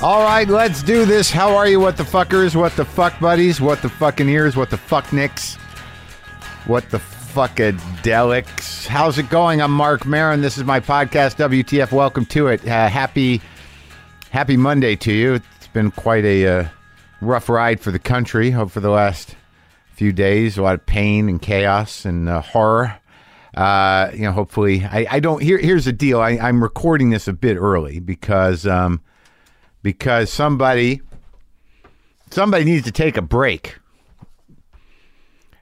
All right, let's do this. How are you, what the fuckers? What the fuck buddies? What the fucking ears? What the fuck nicks? What the fuckadelics? How's it going? I'm Mark Marin. This is my podcast, WTF. Welcome to it. Uh, happy, happy Monday to you. It's been quite a uh, rough ride for the country over the last few days. A lot of pain and chaos and uh, horror. Uh, you know, hopefully, I, I don't. Here, here's the deal. I, I'm recording this a bit early because. Um, because somebody somebody needs to take a break.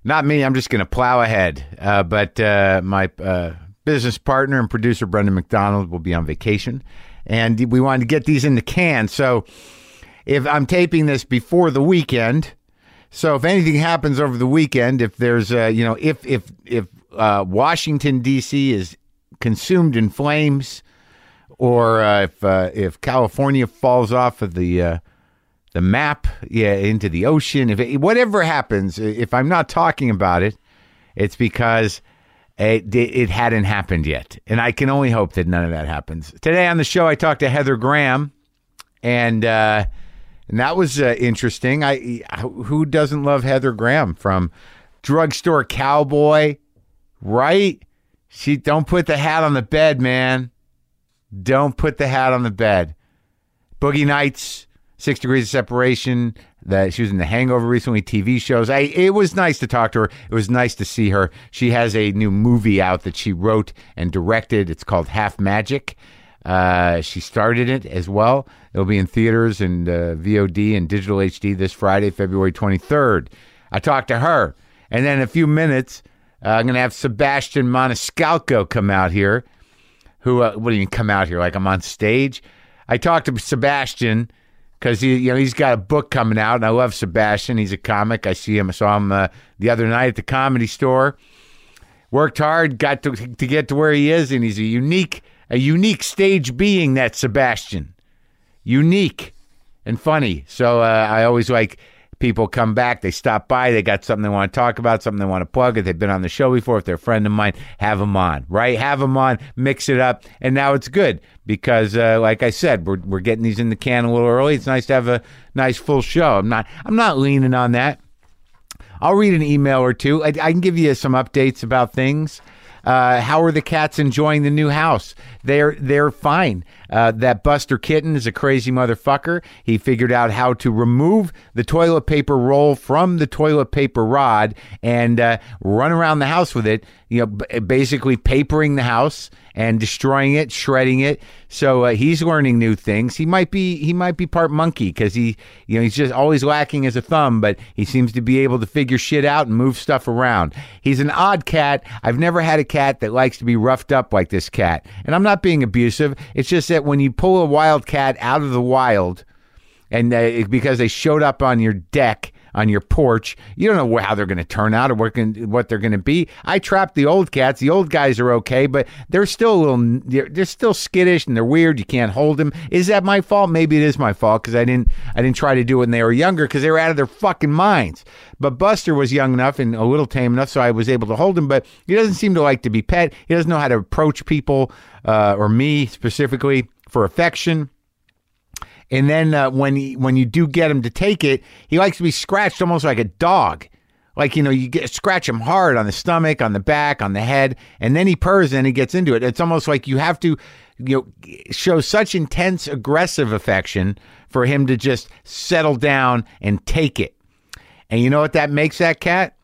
Not me. I'm just going to plow ahead. Uh, but uh, my uh, business partner and producer Brendan McDonald will be on vacation, and we wanted to get these in the can. So if I'm taping this before the weekend, so if anything happens over the weekend, if there's uh, you know if if if uh, Washington D.C. is consumed in flames, or uh, if uh, if California falls off of the uh, the map, yeah, into the ocean, if it, whatever happens, i- if I'm not talking about it, it's because it it hadn't happened yet, and I can only hope that none of that happens. Today on the show, I talked to Heather Graham, and uh, and that was uh, interesting. I who doesn't love Heather Graham from Drugstore Cowboy, right? She don't put the hat on the bed, man. Don't put the hat on the bed. Boogie Nights, Six Degrees of Separation. That she was in The Hangover recently. TV shows. I. It was nice to talk to her. It was nice to see her. She has a new movie out that she wrote and directed. It's called Half Magic. Uh, she started it as well. It'll be in theaters and uh, VOD and digital HD this Friday, February 23rd. I talked to her, and then in a few minutes, uh, I'm going to have Sebastian Maniscalco come out here who uh, what do you come out here like I'm on stage? I talked to Sebastian because he you know he's got a book coming out, and I love Sebastian. He's a comic. I see him. I saw him uh, the other night at the comedy store. Worked hard, got to to get to where he is, and he's a unique a unique stage being that Sebastian, unique and funny. So uh, I always like. People come back, they stop by, they got something they want to talk about, something they want to plug. If they've been on the show before, if they're a friend of mine, have them on, right? Have them on, mix it up, and now it's good because, uh, like I said, we're we're getting these in the can a little early. It's nice to have a nice full show. I'm not I'm not leaning on that. I'll read an email or two. I, I can give you some updates about things. Uh, how are the cats enjoying the new house? They're they're fine. Uh, that Buster kitten is a crazy motherfucker. He figured out how to remove the toilet paper roll from the toilet paper rod and uh, run around the house with it. You know, b- basically papering the house and destroying it, shredding it. So uh, he's learning new things. He might be he might be part monkey because he you know he's just always lacking as a thumb, but he seems to be able to figure shit out and move stuff around. He's an odd cat. I've never had a cat that likes to be roughed up like this cat, and I'm not being abusive. It's just that when you pull a wild cat out of the wild, and they, because they showed up on your deck on your porch you don't know how they're going to turn out or what, can, what they're going to be i trapped the old cats the old guys are okay but they're still a little they're, they're still skittish and they're weird you can't hold them is that my fault maybe it is my fault because i didn't i didn't try to do it when they were younger because they were out of their fucking minds but buster was young enough and a little tame enough so i was able to hold him but he doesn't seem to like to be pet he doesn't know how to approach people uh, or me specifically for affection and then uh, when he, when you do get him to take it, he likes to be scratched almost like a dog. Like you know, you get, scratch him hard on the stomach, on the back, on the head, and then he purrs and he gets into it. It's almost like you have to, you know, show such intense aggressive affection for him to just settle down and take it. And you know what that makes that cat?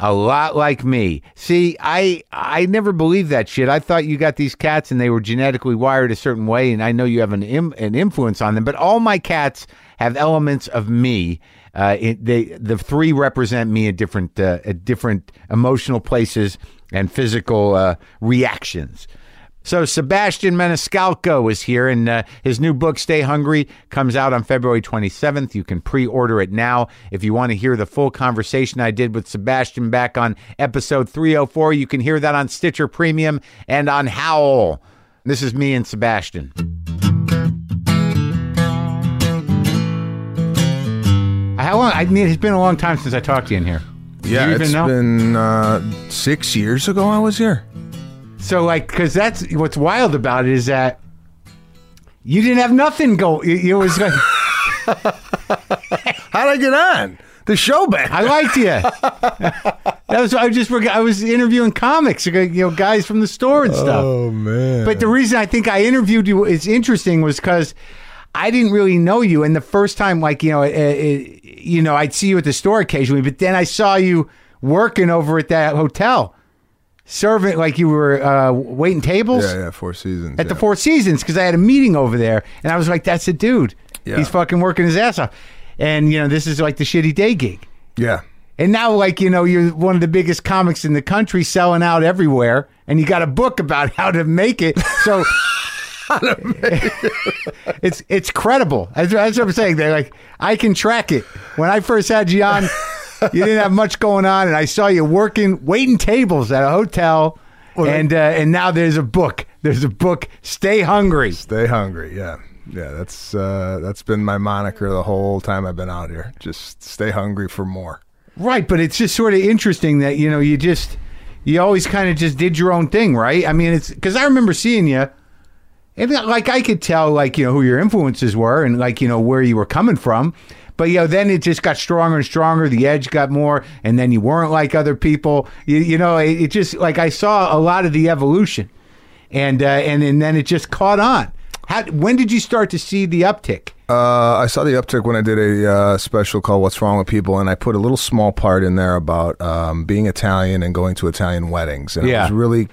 A lot like me. See, I I never believed that shit. I thought you got these cats and they were genetically wired a certain way, and I know you have an Im- an influence on them. But all my cats have elements of me. Uh, it, they the three represent me at different uh, at different emotional places and physical uh, reactions. So Sebastian Maniscalco is here, and uh, his new book, Stay Hungry, comes out on February 27th. You can pre-order it now. If you want to hear the full conversation I did with Sebastian back on episode 304, you can hear that on Stitcher Premium and on Howl. This is me and Sebastian. How long? I mean, it's been a long time since I talked to you in here. Do Yeah, you it's even know? been uh, six years ago I was here. So, like, because that's what's wild about it is that You didn't have nothing go. It, it was. like- How'd I get on? The show back. I liked you. that was. I just. forgot- I was interviewing comics. You know, guys from the store and stuff. Oh, man. But the reason I think I interviewed you is interesting was because I didn't really know you, and the first time, like you know, it, it, you know, I'd see you at the store occasionally, but then I saw you working over at that hotel, serving like you were uh, waiting tables yeah, yeah, four seasons. at the Four Seasons because I had a meeting over there, and I was like, "That's a dude. Yeah. He's fucking working his ass off." And you know, this is like the shitty day gig. Yeah. And now, like, you know, you're one of the biggest comics in the country selling out everywhere, and you got a book about how to make it. So. it's it's credible. That's, that's what I'm saying. They're like, I can track it. When I first had you on, you didn't have much going on, and I saw you working, waiting tables at a hotel, and uh, and now there's a book. There's a book. Stay hungry. Stay hungry. Yeah. Yeah, that's uh, that's been my moniker the whole time I've been out here. Just stay hungry for more. Right, but it's just sort of interesting that you know you just you always kind of just did your own thing, right? I mean, it's because I remember seeing you, and like I could tell, like you know who your influences were and like you know where you were coming from, but you know then it just got stronger and stronger. The edge got more, and then you weren't like other people. You, you know, it, it just like I saw a lot of the evolution, and uh, and and then it just caught on. How, when did you start to see the uptick? Uh, I saw the uptick when I did a uh, special called "What's Wrong with People," and I put a little small part in there about um, being Italian and going to Italian weddings. And Yeah. I was really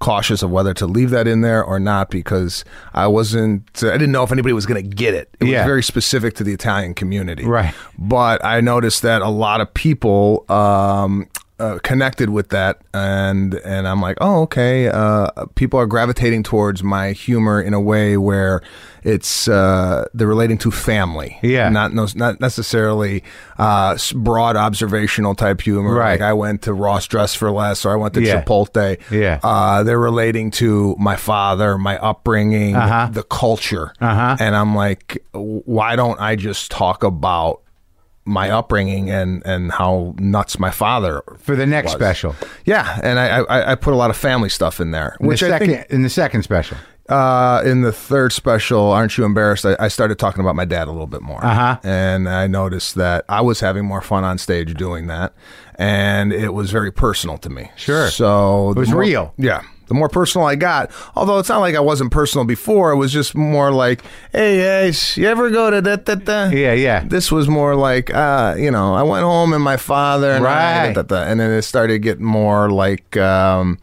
cautious of whether to leave that in there or not because I wasn't. I didn't know if anybody was going to get it. It Yeah. was very specific to the Italian community, Right. But I noticed that a lot of people. Um, uh, connected with that, and and I'm like, oh, okay. Uh, people are gravitating towards my humor in a way where it's uh, they're relating to family, Yeah. not no, not necessarily uh, s- broad observational type humor. Right. Like I went to Ross Dress for Less, or I went to Yeah. Chipotle. Yeah. uh, they're relating to my father, my upbringing, Uh-huh. the culture, Uh-huh. and I'm like, w- why don't I just talk about my upbringing and and how nuts my father For the next special, yeah and i i, I put a lot of family stuff in there in the which i second, think in the second special. uh, in the third special, Aren't You Embarrassed? I, I started talking about my dad a little bit more. Uh-huh. And I noticed that I was having more fun on stage doing that. And it was very personal to me. Sure. So it was real. Yeah. The more personal I got, although it's not like I wasn't personal before, it was just more like, hey guys, you ever go to that, that, that? Yeah, yeah. This was more like, uh, you know, I went home and my father and I, Right. da, da, da. and then it started getting more like um,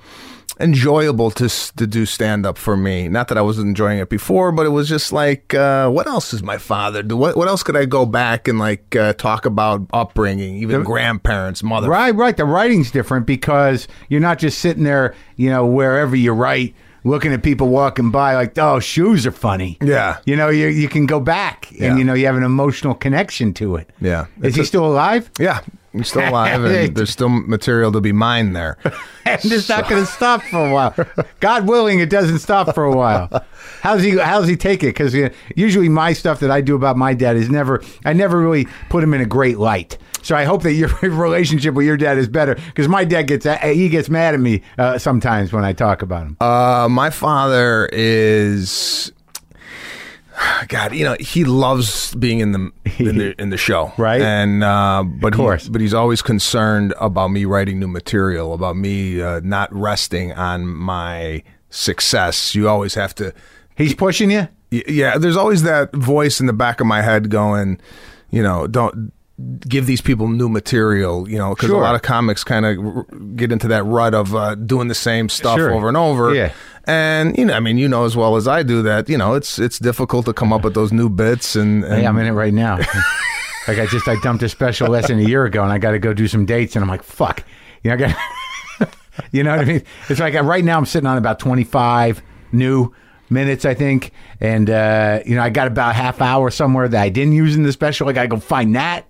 enjoyable to s- to do stand up for me. Not that I was enjoying it before, but it was just like, uh, what else is my father? Do what what else could I go back and like uh, talk about upbringing, even grandparents, mother? Right, right. The writing's different because you're not just sitting there, you know, wherever you write, looking at people walking by, like, oh, shoes are funny. Yeah. You know, you you can go back Yeah. and you know you have an emotional connection to it. Yeah. Is It's he a- still alive? Yeah, I'm still alive, and there's still material to be mined there. And it's not going to stop for a while. God willing, it doesn't stop for a while. How's he? How's he take it? Because you know, usually my stuff that I do about my dad is never. I never really put him in a great light. So I hope that your relationship with your dad is better. Because my dad gets he gets mad at me uh, sometimes when I talk about him. Uh, my father is. God, you know he loves being in the in the, in the show, Right. And uh, but of course. but he's always concerned about me writing new material, about me uh, not resting on my success. You always have to, He's pushing you. y- yeah. There's always that voice in the back of my head going, you know, don't give these people new material, you know, because Sure. a lot of comics kind of r- get into that rut of uh, doing the same stuff Sure. over and over, Yeah. and you know, I mean, you know as well as I do that you know it's it's difficult to come up with those new bits and, and Hey, I'm in it right now. like I just I dumped a special lesson a year ago, and I got to go do some dates, and I'm like, fuck, you know, I got, you know what I mean? It's like uh, right now I'm sitting on about 25 new minutes, I think, and uh, you know I got about a half hour somewhere that I didn't use in the special. I got to go find that,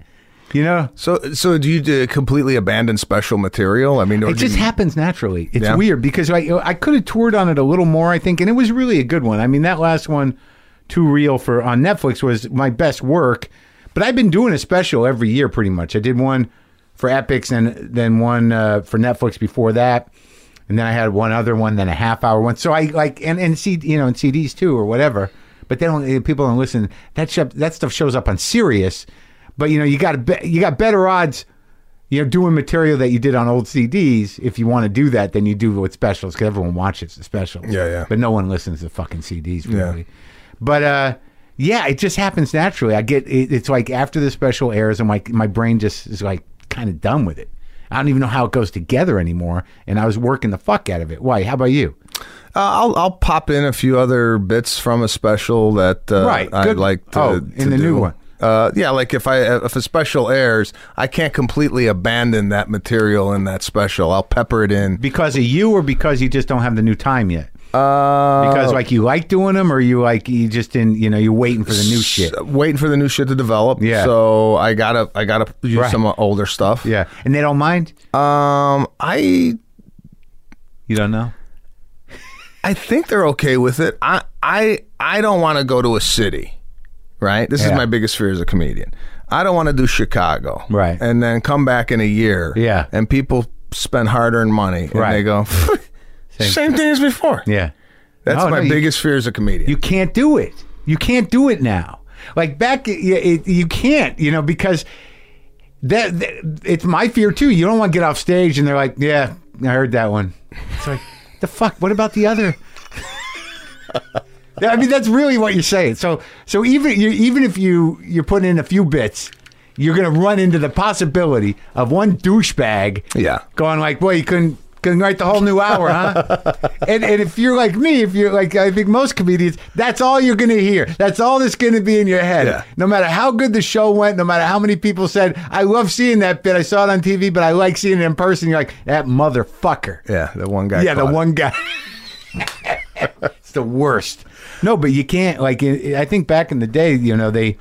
you know. so so do you do completely abandon special material? I mean, or It do just you- happens naturally. It's Yeah. weird because I I could have toured on it a little more, I think, and it was really a good one. I mean, that last one, Too Real for on Netflix was my best work, but I've been doing a special every year pretty much. I did one for Epics and then one uh, for Netflix before that. And then I had one other one, then a half hour one. So I like and, and C you know, and CDs too or whatever. but they don't. People don't listen. That sh- that stuff shows up on Sirius, but you know you got to be- you got better odds. You know, doing material that you did on old CDs, if you want to do that, then you do with specials because everyone watches the specials. Yeah, yeah. But no one listens to fucking CDs Yeah. really. But uh, yeah, it just happens naturally. I get it, it's like after the special airs, I'm like my brain just is like kind of done with it. I don't even know how it goes together anymore, and I was working the fuck out of it. Why? How about you? Uh, I'll I'll pop in a few other bits from a special that uh, Right, I good. like to Oh, in to the new do. one. Uh, yeah, like if I if a special airs, I can't completely abandon that material in that special. I'll pepper it in. Because of you, or because you just don't have the new time yet? Uh, Because like you like doing them, or you like you just didn't, you know, you're waiting for the new shit. waiting for the new shit to develop. Yeah. So I gotta I gotta use Right. some uh, older stuff. Yeah, and they don't mind. Um. I You don't know. I think they're okay with it. I I I don't want to go to a city, right? This Yeah. is my biggest fear as a comedian. I don't want to do Chicago, Right. And then come back in a year, Yeah. And people spend hard-earned money, and Right. they go, same. thing as before. Yeah, That's No, my no, you- biggest fear as a comedian. You can't do it. You can't do it now. Like back, you, it, you can't. You know because that, that- it's my fear too. You don't want to get off stage and they're like, "Yeah, I heard that one." It's like the fuck. What about the other? Yeah, I mean that's really what you're saying. So so even you, even if you you're putting in a few bits. You're gonna run into the possibility of one douchebag yeah. going like, "Boy, you couldn't couldn't write the whole new hour, huh?" and and if you're like me, if you're like I think most comedians, that's all you're gonna hear. That's all that's gonna be in your head. Yeah. No matter how good the show went, no matter how many people said, "I love seeing that bit. I saw it on TV, but I like seeing it in person." You're like that motherfucker. Yeah, the one guy. yeah, the caught it. one guy. it's the worst. No, but you can't. Like I I think back in the day, you know they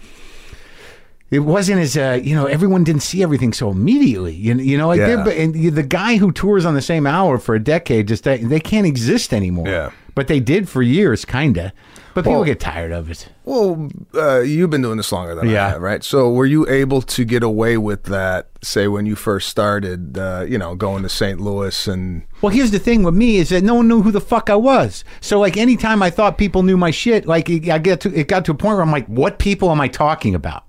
it wasn't as uh, you know everyone didn't see everything so immediately you, you know like Yeah. they're- but and you- the guy who tours on the same hour for a decade just they, they can't exist anymore Yeah. but they did for years kinda but people Well- get tired of it Well, uh, you've been doing this longer than Yeah. I have, right? So, were you able to get away with that? Say when you first started, uh, you know, going to St. Louis and well here's the thing with me is that no one knew who the fuck I was so like anytime I thought people knew my shit like it, I get to it got to a point where I'm like what people am I talking about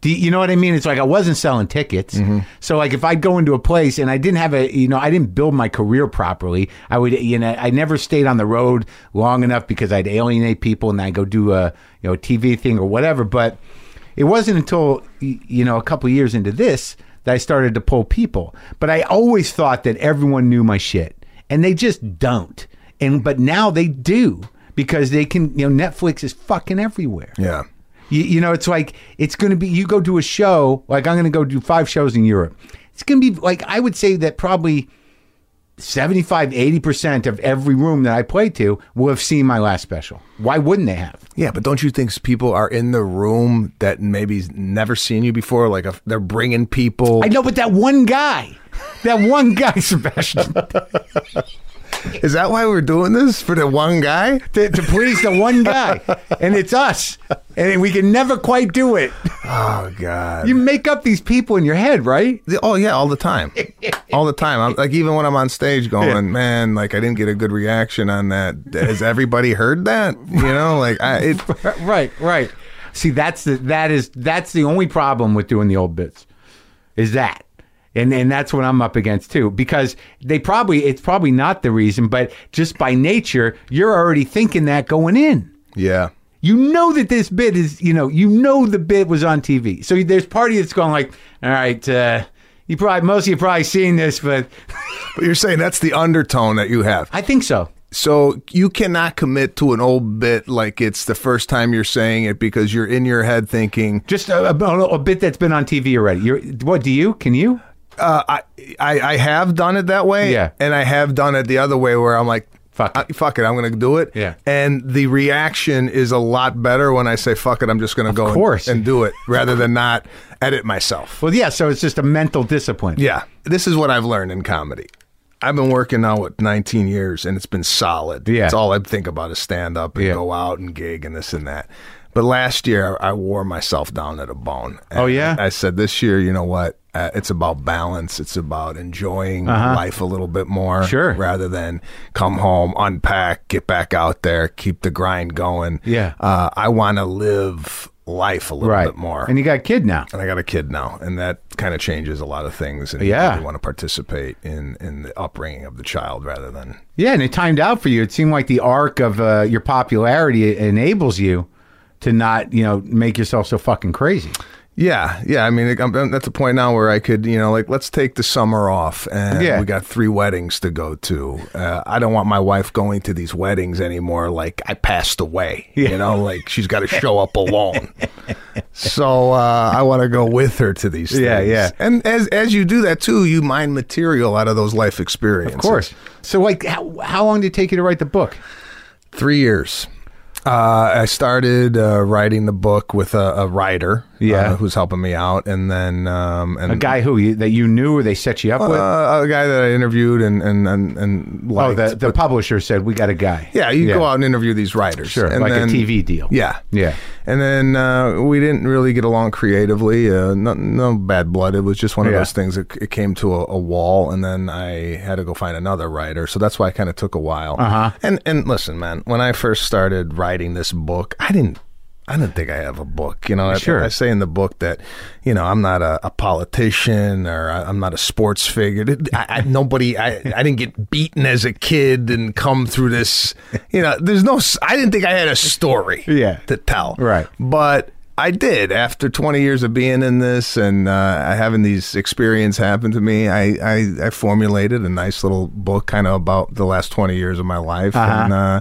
do you, you know what I mean? It's like I wasn't selling tickets. So like if I'd go into a place and I didn't have a you know, I didn't build my career properly, I would you know, I never stayed on the road long enough because I'd alienate people and I'd go do a you know, a TV thing or whatever, but it wasn't until y- you know, a couple of years into this that I started to pull people. But I always thought that everyone knew my shit and they just don't. And but now they do because they can, you know, Netflix is fucking everywhere. yeah, You, you know, it's like it's going to be. You go do a show. Like I'm going to go do five shows in Europe. It's going to be like I would say that probably 75, 80 percent of every room that I play to will have seen my last special. Why wouldn't they have? yeah. But don't you think people are in the room that maybe's never seen you before? Like if they're bringing people. I know, but that one guy, that one guy, Sebastian, Is that why we're doing this for the one guy? to, to please the one guy, and it's us, and we can never quite do it. Oh God. You make up these people in your head, right? The- Oh yeah, all the time, all the time. I'm, like even when I'm on stage, going, man, like I didn't get a good reaction on that. Has everybody heard that? You know, like I, it, right, right. See, that's the that is that's the only problem with doing the old bits, is that, and and that's what I'm up against too. Because they probably it's probably not the reason, but just by nature, you're already thinking that going in. yeah. You know that this bit is you know you know the bit was on TV. So there's part of you that's going like, all right, uh, you probably most of you probably seen this, but But you're saying that's the undertone that you have. I think so. So you cannot commit to an old bit like it's the first time you're saying it because you're in your head thinking, Just a, a, a bit that's been on TV already. You're, what do you? Can you? uh, I, I I have done it that way, Yeah. and I have done it the other way where I'm like, Fuck I, it. fuck it, I'm gonna do it, Yeah. And the reaction is a lot better when I say, fuck it, I'm just gonna go and- course. And, do it rather than not edit myself. Well, yeah. So it's just a mental discipline. Yeah, this is what I've learned in comedy. I've been working now with 19 years, and it's been solid. Yeah. it's all I think about is stand up and Yeah. go out and gig and this and that. But last year, I wore myself down to the bone. And Oh, yeah? I, I said this year, you know what? Uh, it's about balance. It's about enjoying life a little bit more, Uh-huh. Sure. rather than come home, unpack, get back out there, keep the grind going. Yeah. uh, I want to live life a little right. bit more. And you got a kid now. and I got a kid now, and that kind of changes a lot of things. And Yeah. you want to participate in in the upbringing of the child rather than Yeah, and it timed out for you. It seemed like the arc of uh, your popularity enables you to not, you know, make yourself so fucking crazy. Yeah, yeah. I mean, like, I'm, I'm at the point now where I could, you know, like let's take the summer off, and Yeah. we got three weddings to go to. Uh, I don't want my wife going to these weddings anymore. Like I passed away, you know, like she's got to show up alone. so uh, I want to go with her to these. Yeah, things. yeah. And as as you do that too, you mine material out of those life experiences. Of course. So, like, how, how long did it take you to write the book? three years. Uh, I started uh, writing the book with a, a writer, Yeah. uh, who's helping me out, and then um, and A guy who you, that you knew or they set you up with? Uh, a guy that I interviewed and and and, and Oh, liked. the, the publisher said, We got a guy. yeah, you go out and interview these writers, Sure. and like then- a TV deal. Yeah, Yeah. and then uh, we didn't really get along creatively. Uh, no, no bad blood. It was just one of Yeah. those things. It, it came to a, a wall, and then I had to go find another writer. So that's why it kind of took a while. Uh-huh. And and listen, man, when I first started writing this book, I didn't. I didn't think I have a book. You know, I- Sure. I, say in the book that, you know, I'm not a, a politician or I, I'm not a sports figure. I, I, nobody, I, I didn't get beaten as a kid and come through this. You know, there's no, s- I didn't think I had a story Yeah. to tell. Right. But I did after 20 years of being in this and uh, having these experience happen to me. I, I, I formulated a nice little book kind of about the last 20 years of my life. Uh-huh. And, uh,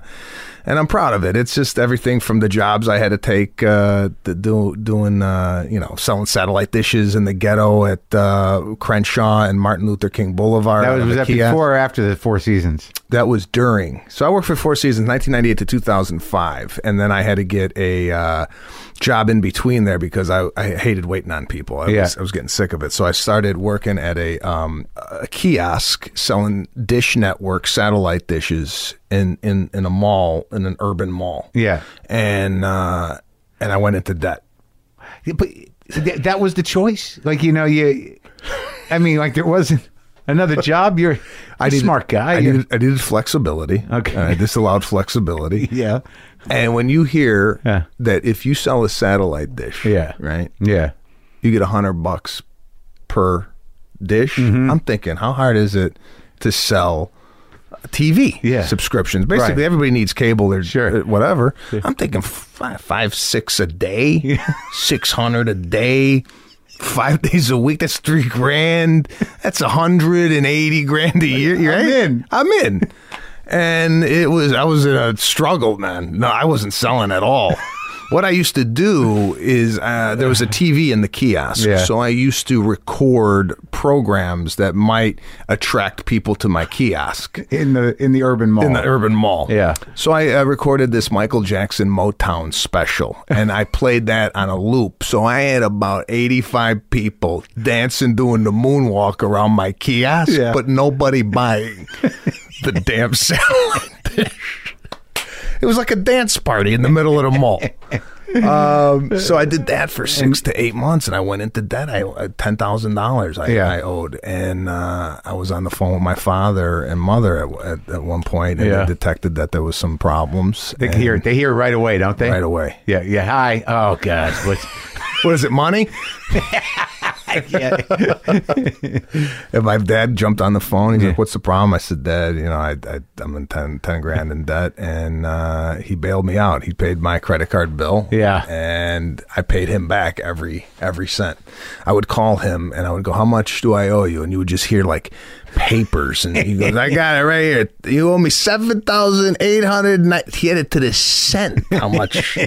and I'm proud of it. It's just everything from the jobs I had to take, uh, to do, doing, uh, you know, selling satellite dishes in the ghetto at uh, Crenshaw and Martin Luther King Boulevard. That out was, of was a that kiosk. before or after the Four Seasons? That was during. So I worked for Four Seasons, 1998 to 2005, and then I had to get a uh, job in between there because I, I hated waiting on people. I, Yeah. was, I was getting sick of it. So I started working at a, um, a kiosk selling Dish Network satellite dishes in, in, in a mall in an urban mall. Yeah. and uh, and I went into debt. But th- that was the choice. Like, you know, you, I mean, like, there wasn't another job. You're a needed- smart guy. I You're- needed, I needed flexibility. Okay. Uh, this allowed flexibility. yeah. And when you hear Yeah. that if you sell a satellite dish, Yeah. right, Yeah. you get a hundred bucks per dish. Mm-hmm. I'm thinking, how hard is it to sell TV Yeah. subscriptions? Basically, Right. everybody needs cable or Sure. or whatever. I'm thinking five, five, six a day, six hundred a day. Five days a week. That's three grand. That's a hundred and eighty grand a year. You're I'm in. I'm in. And it was I was in a struggle, man. No, I wasn't selling at all. what I used to do is uh, there was a TV in the kiosk, Yeah. so I used to record programs that might attract people to my kiosk In the in the urban mall. in the urban mall. Yeah. So I uh, recorded this Michael Jackson Motown special, and I played that on a loop. So I had about eighty-five people dancing, doing the moonwalk around my kiosk, Yeah. but nobody buying the damn satellite dish. It was like a dance party in the middle of the mall. Um, so I did that for six to eight months, and I went into debt. I uh, ten thousand dollars I, Yeah. I owed, and uh, I was on the phone with my father and mother at, at, at one point, and Yeah. they detected that there was some problems. They and hear it. They hear it right away, don't they? right away. Yeah. Yeah. Hi. Oh God. What's, What is it, money? And my dad jumped on the phone. He's like, "What's the problem?" I said, "Dad, you know, I, I I'm in 10, 10 grand in debt," and uh, he bailed me out. He paid my credit card bill. Yeah. and I paid him back every every cent. I would call him and I would go, "How much do I owe you?" And you would just hear like papers, and he goes, "I got it right here. You owe me seven thousand eight hundred. He had it to the cent. How much?"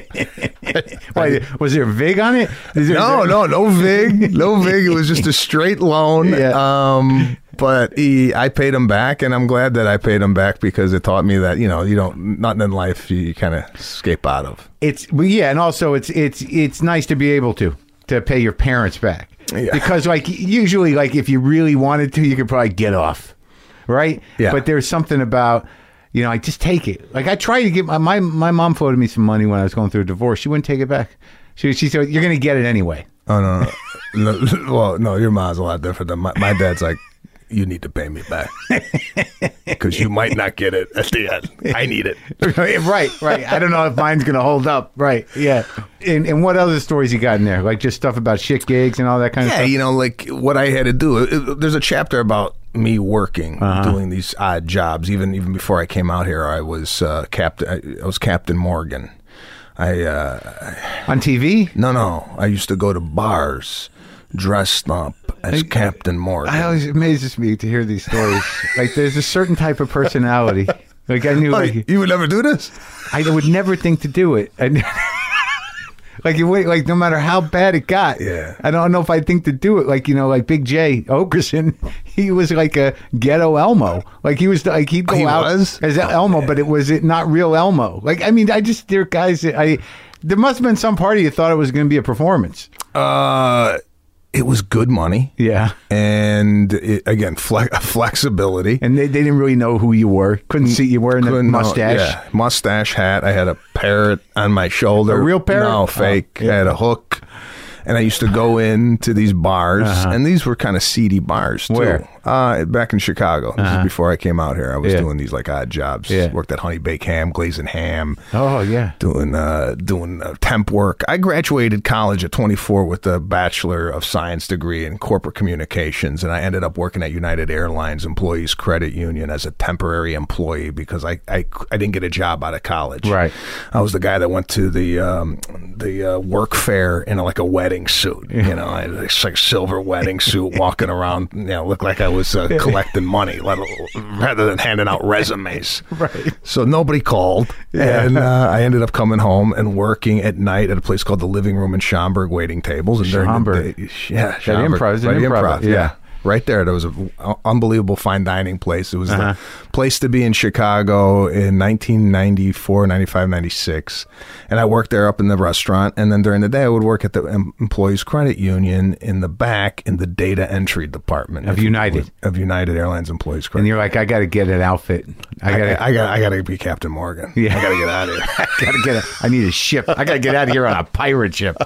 why, was there a vig on it? Is there- no, is no, no vig, no vig. It was just a straight loan. Yeah. Um, but he, I paid him back, and I'm glad that I paid him back because it taught me that you know you don't nothing in life you, kind of escape out of. there- it's well, yeah, and also it's it's it's nice to be able to to pay your parents back Yeah. because like usually like if you really wanted to, you could probably get off, right? Yeah. But there's something about you know, I just take it. Like I tried to get my, my my mom floated me some money when I was going through a divorce. She wouldn't take it back. She she said you're gonna get it anyway. Oh no, no, no. well, no, your mom's a lot different than my, my dad's. Like, you need to pay me back because you might not get it at the end. I need it. right, right. I don't know if mine's gonna hold up. Right, yeah. And and what other stories you got in there? Like just stuff about shit gigs and all that kind Yeah, of stuff. you know, like what I had to do. it- it- there's a chapter about me working, Uh-huh. doing these odd jobs. Even even before I came out here, I was uh, captain. I, I was Captain Morgan. I uh, On TV, No, no. I used to go to bars dressed up as Captain Morgan. I always it amazes me to hear these stories. like there's a certain type of personality. Like I knew, like, you would never do this? I would never think to do it. I knew- like you wait, like no matter how bad it got. Yeah. I don't know if I think to do it. Like you know, like Big J Okerson, he was like a ghetto Elmo. Like he was like he'd go He out was? Oh, as Elmo, but it was it not real Elmo. Like I mean, I just there are guys. that I there must have been some party you thought it was going to be a performance. Uh, it was good money. Yeah. And it, again, fle- flexibility. And they, they didn't really know who you were. Couldn't see you wearing the Couldn't- no, mustache. yeah, mustache hat. I had a parrot on my shoulder. A real parrot? Oh, No, fake. I had a hook. And I used to go into these bars, and these were kind of seedy bars too. Uh-huh. Where? Uh-huh. Uh, back in Chicago. This is before I came out here. I was Yeah. doing these like odd jobs. Yeah. Worked at Honey Bake Ham, Glazing Ham. Oh yeah. doing uh, doing uh, temp work. I graduated college at 24 with a bachelor of science degree in corporate communications, and I ended up working at United Airlines Employees Credit Union as a temporary employee because I I, I didn't get a job out of college. Right. I was the guy that went to the um, the uh, work fair in like a wedding suit. You know, I had this like silver wedding suit, walking around. You know, looked like I was uh, collecting money let- rather than handing out resumes. Right. So nobody called, and uh, I ended up coming home and working at night at a place called the Living Room in Schaumburg, waiting tables. And during the Schaumburg. day- yeah, Schaumburg, improv- it's an right, improv, yeah. yeah. Right there, there was an unbelievable fine dining place. It was Uh-huh. the place to be in Chicago in 1994, 95, 96. And I worked there up in the restaurant. And then during the day, I would work at the em- Employees Credit Union in the back in the data entry department Of if you United. would, Of United Airlines Employees Credit And you're like, I got to get an outfit. I got to. I, I got I gotta be Captain Morgan. Yeah. I gotta get out of here. I gotta get. A, I need a ship. I gotta get out of here on a pirate ship.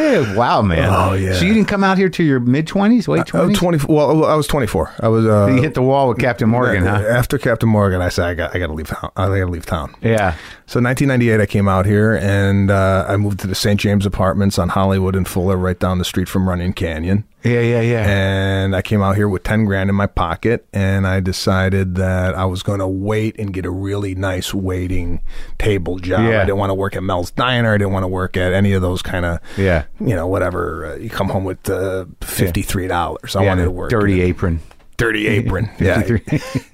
Hey, wow, man! Oh, yeah. So you didn't come out here till your mid twenties, late Oh, twenties. 20 well I was 24. I was uh you hit the wall with Captain Morgan, uh, huh? After Captain Morgan, I said I got I gotta leave town. I gotta leave town. Yeah. So 1998, I came out here and uh, I moved to the St. James Apartments on Hollywood and Fuller, right down the street from Runyon Canyon. Yeah, yeah, yeah. And I came out here with 10 grand in my pocket and I decided that I was going to wait and get a really nice waiting table job. Yeah. I didn't want to work at Mel's Diner. I didn't want to work at any of those kind of, Yeah. you know, whatever. Uh, you come home with uh, $53. I yeah wanted the to work. in dirty a apron. dirty apron. yeah.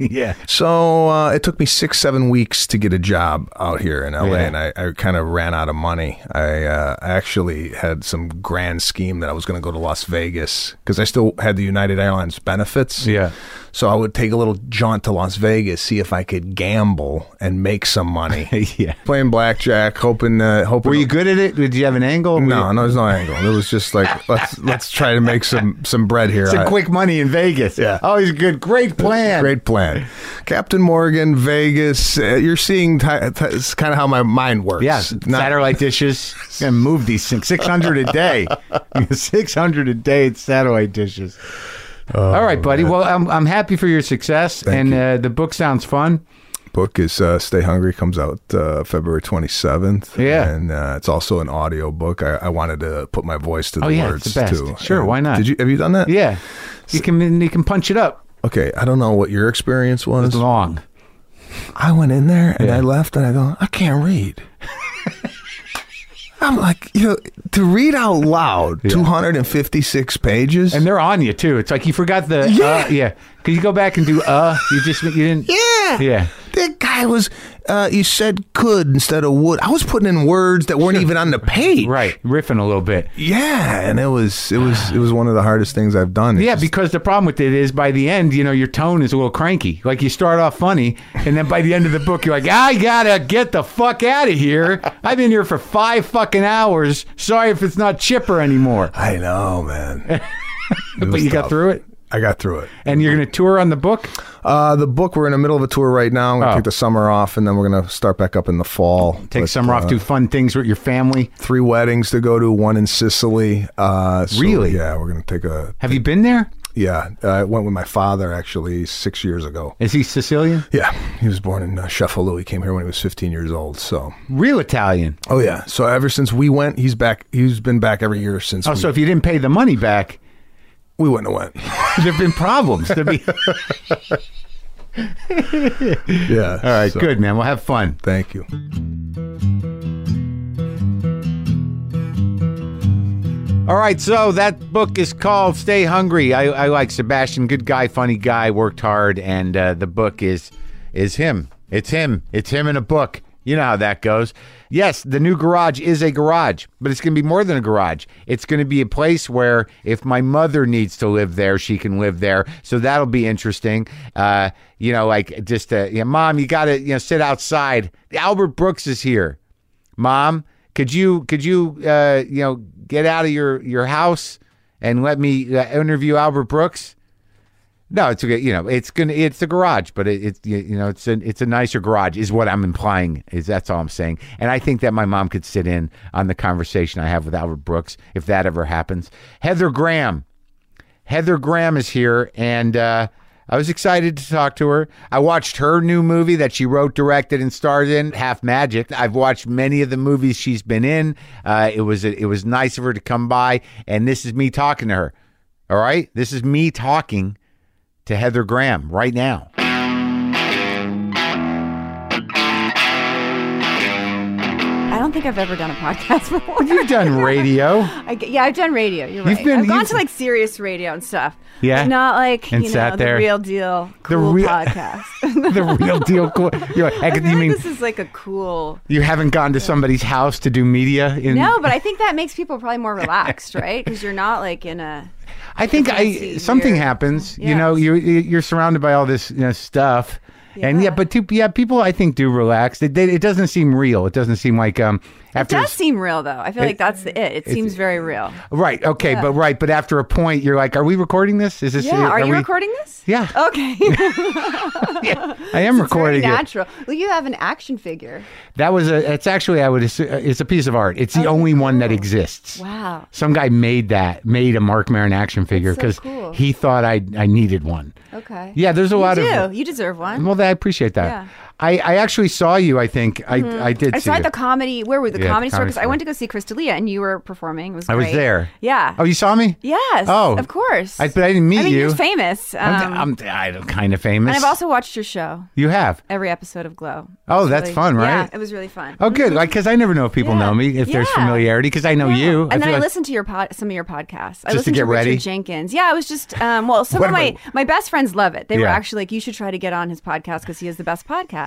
yeah. So uh, it took me six, seven weeks to get a job out here in LA, Yeah. and I, I kind of ran out of money. I uh, I actually had some grand scheme that I was going to go to Las Vegas because I still had the United Airlines benefits. Yeah. So I would take a little jaunt to Las Vegas, see if I could gamble and make some money. Yeah. Playing blackjack, hoping, uh, hoping. Were you good at it? Did you have an angle? No, no, there's no angle. It was just like let's let's try to make some some bread here. It's I- a quick money in Vegas. Yeah. Always good. Great plan. Great plan. Captain Morgan, Vegas. Uh, you're seeing ti ti- it's kind of how my mind works. Yeah, Not- satellite dishes. And move these things. Six hundred a day. Six hundred a day. It's satellite dishes. Oh, All right, buddy. Well, I'm I'm happy for your success, and Uh, the book sounds fun. book is uh, Stay Hungry comes out uh, February 27th. Yeah. and uh, it's also an audio book. I, I wanted to put my voice to the Oh, yeah, words it's the best. too. Sure, why not? Did you have you done that? Yeah, you can you can punch it up. Okay, I don't know what your experience was. It's long. I went in there and Yeah. I left and I go, I can't read. I'm like, you know, to read out loud 256 pages. And they're on you too. It's like you forgot the Yeah. uh, yeah. Cause you go back and do uh, you just you didn't. Yeah. Yeah. That guy was, uh, you said could instead of would. I was putting in words that weren't even on the page. Right, riffing a little bit. Yeah. And it was, it was, it was one of the hardest things I've done. It's Yeah, just- because the problem with it is by the end, you know, your tone is a little cranky. Like you start off funny, and then by the end of the book, you're like, I gotta get the fuck out of here. I've been here for five fucking hours. Sorry if it's not chipper anymore. I know, man. It But was you got tough. through it. I got through it. And you're going to tour on the book? Uh, the book, we're in the middle of a tour right now. I'm going to Oh. take the summer off, and then we're going to start back up in the fall. Take But, summer off, uh, do fun things with your family. Three weddings to go to, one in Sicily. Uh, so, Really? Yeah, we're going to take a. Have you been there? Yeah, uh, I went with my father actually six years ago. Is he Sicilian? Yeah, he was born in uh, Sheffalo. He came here when he was 15 years old. So, Real Italian. oh yeah. So ever since we went, he's back. He's been back every year since Oh, we, so if you didn't pay the money back, we went and went. there've been problems. There'd be... yeah. All right, so, good man. Well, have fun. Thank you. All right, so that book is called Stay Hungry. I, I like Sebastian, good guy, funny guy, worked hard, and uh, the book is is him. It's him. It's him in a book. You know how that goes. Yes, the new garage is a garage, but it's going to be more than a garage. It's going to be a place where if my mother needs to live there, she can live there. So that'll be interesting. Uh, you know, like just, uh, you know, mom, you got to, you know, sit outside. Albert Brooks is here mom could you could you uh, you know get out of your your house and let me uh, interview albert brooks no it's okay you know it's gonna it's a garage but it, it's you you know it's an it's a nicer garage is what i'm implying is that's all i'm saying and i think that my mom could sit in on the conversation i have with albert brooks if that ever happens heather graham Heather Graham is here, and uh, I was excited to talk to her. I watched her new movie that she wrote, directed, and starred in, Half Magic. I've watched many of the movies she's been in. Uh, it was it was nice of her to come by, and this is me talking to her. All right, this is me talking to Heather Graham right now. I don't think I've ever done a podcast before. You've done radio I g yeah, I've done radio. You're You've right. been- I've gone you've- to like serious radio and stuff. Yeah? But not like And you sat know there. the real deal The cool real- podcast. the real deal. Cool. You're like, I feel you like mean this is like a cool. you haven't gone to somebody's house to do media? In No, but I think that makes people probably more relaxed, right? Because you're not like in a. I think I fancy, something weird- happens. You Yeah. know, you you- you're surrounded by all this you know, stuff, and yeah, Yeah. but to, yeah, people I think do relax. It, they, it doesn't seem real. It doesn't seem like um It after does seem real though. I feel It- like that's the it. It seems very real. right, okay, but right, but after a point, you're like, are we recording this? Is this Yeah. Are, you we- recording this? Yeah, Okay. It's I am recording very it. natural. Well, you have an action figure. That was a. It's actually I would. assu- uh, It's a piece of art. It's the only one that exists. Oh, Wow. Some guy made that, made a Mark Maron action figure so because cool. he thought I I needed one. Okay. Yeah, there's a You lot do. of. You deserve one. Well, I appreciate that. Yeah. Mm-hmm. I, I actually saw you. I think I I did. I see saw you. at the comedy. Where were the Yeah, comedy store? comedy Because I store. went to go see Crystalia, and you were performing. It was I was great. there. Yeah. Oh, you saw me? yes. Oh. of course. I, but I didn't meet I mean, you. are famous. Um, I'm, I'm, I'm kind of famous. and I've also watched your show. you have. Every episode of Glow. Oh, It was that's fun, right? Yeah, it was really fun. Oh, good. Like, because I never know if people Mm-hmm. Yeah. know me if there's Yeah. familiarity. Because I know Yeah. you. And then feel I like- listened to your pod, some of your podcasts. Just I to listened get Richard ready? Jenkins. Yeah, I was just um, well, some What of am I- my my best friends love it. They were Yeah. actually like, you should try to get on his podcast because he has the best podcast.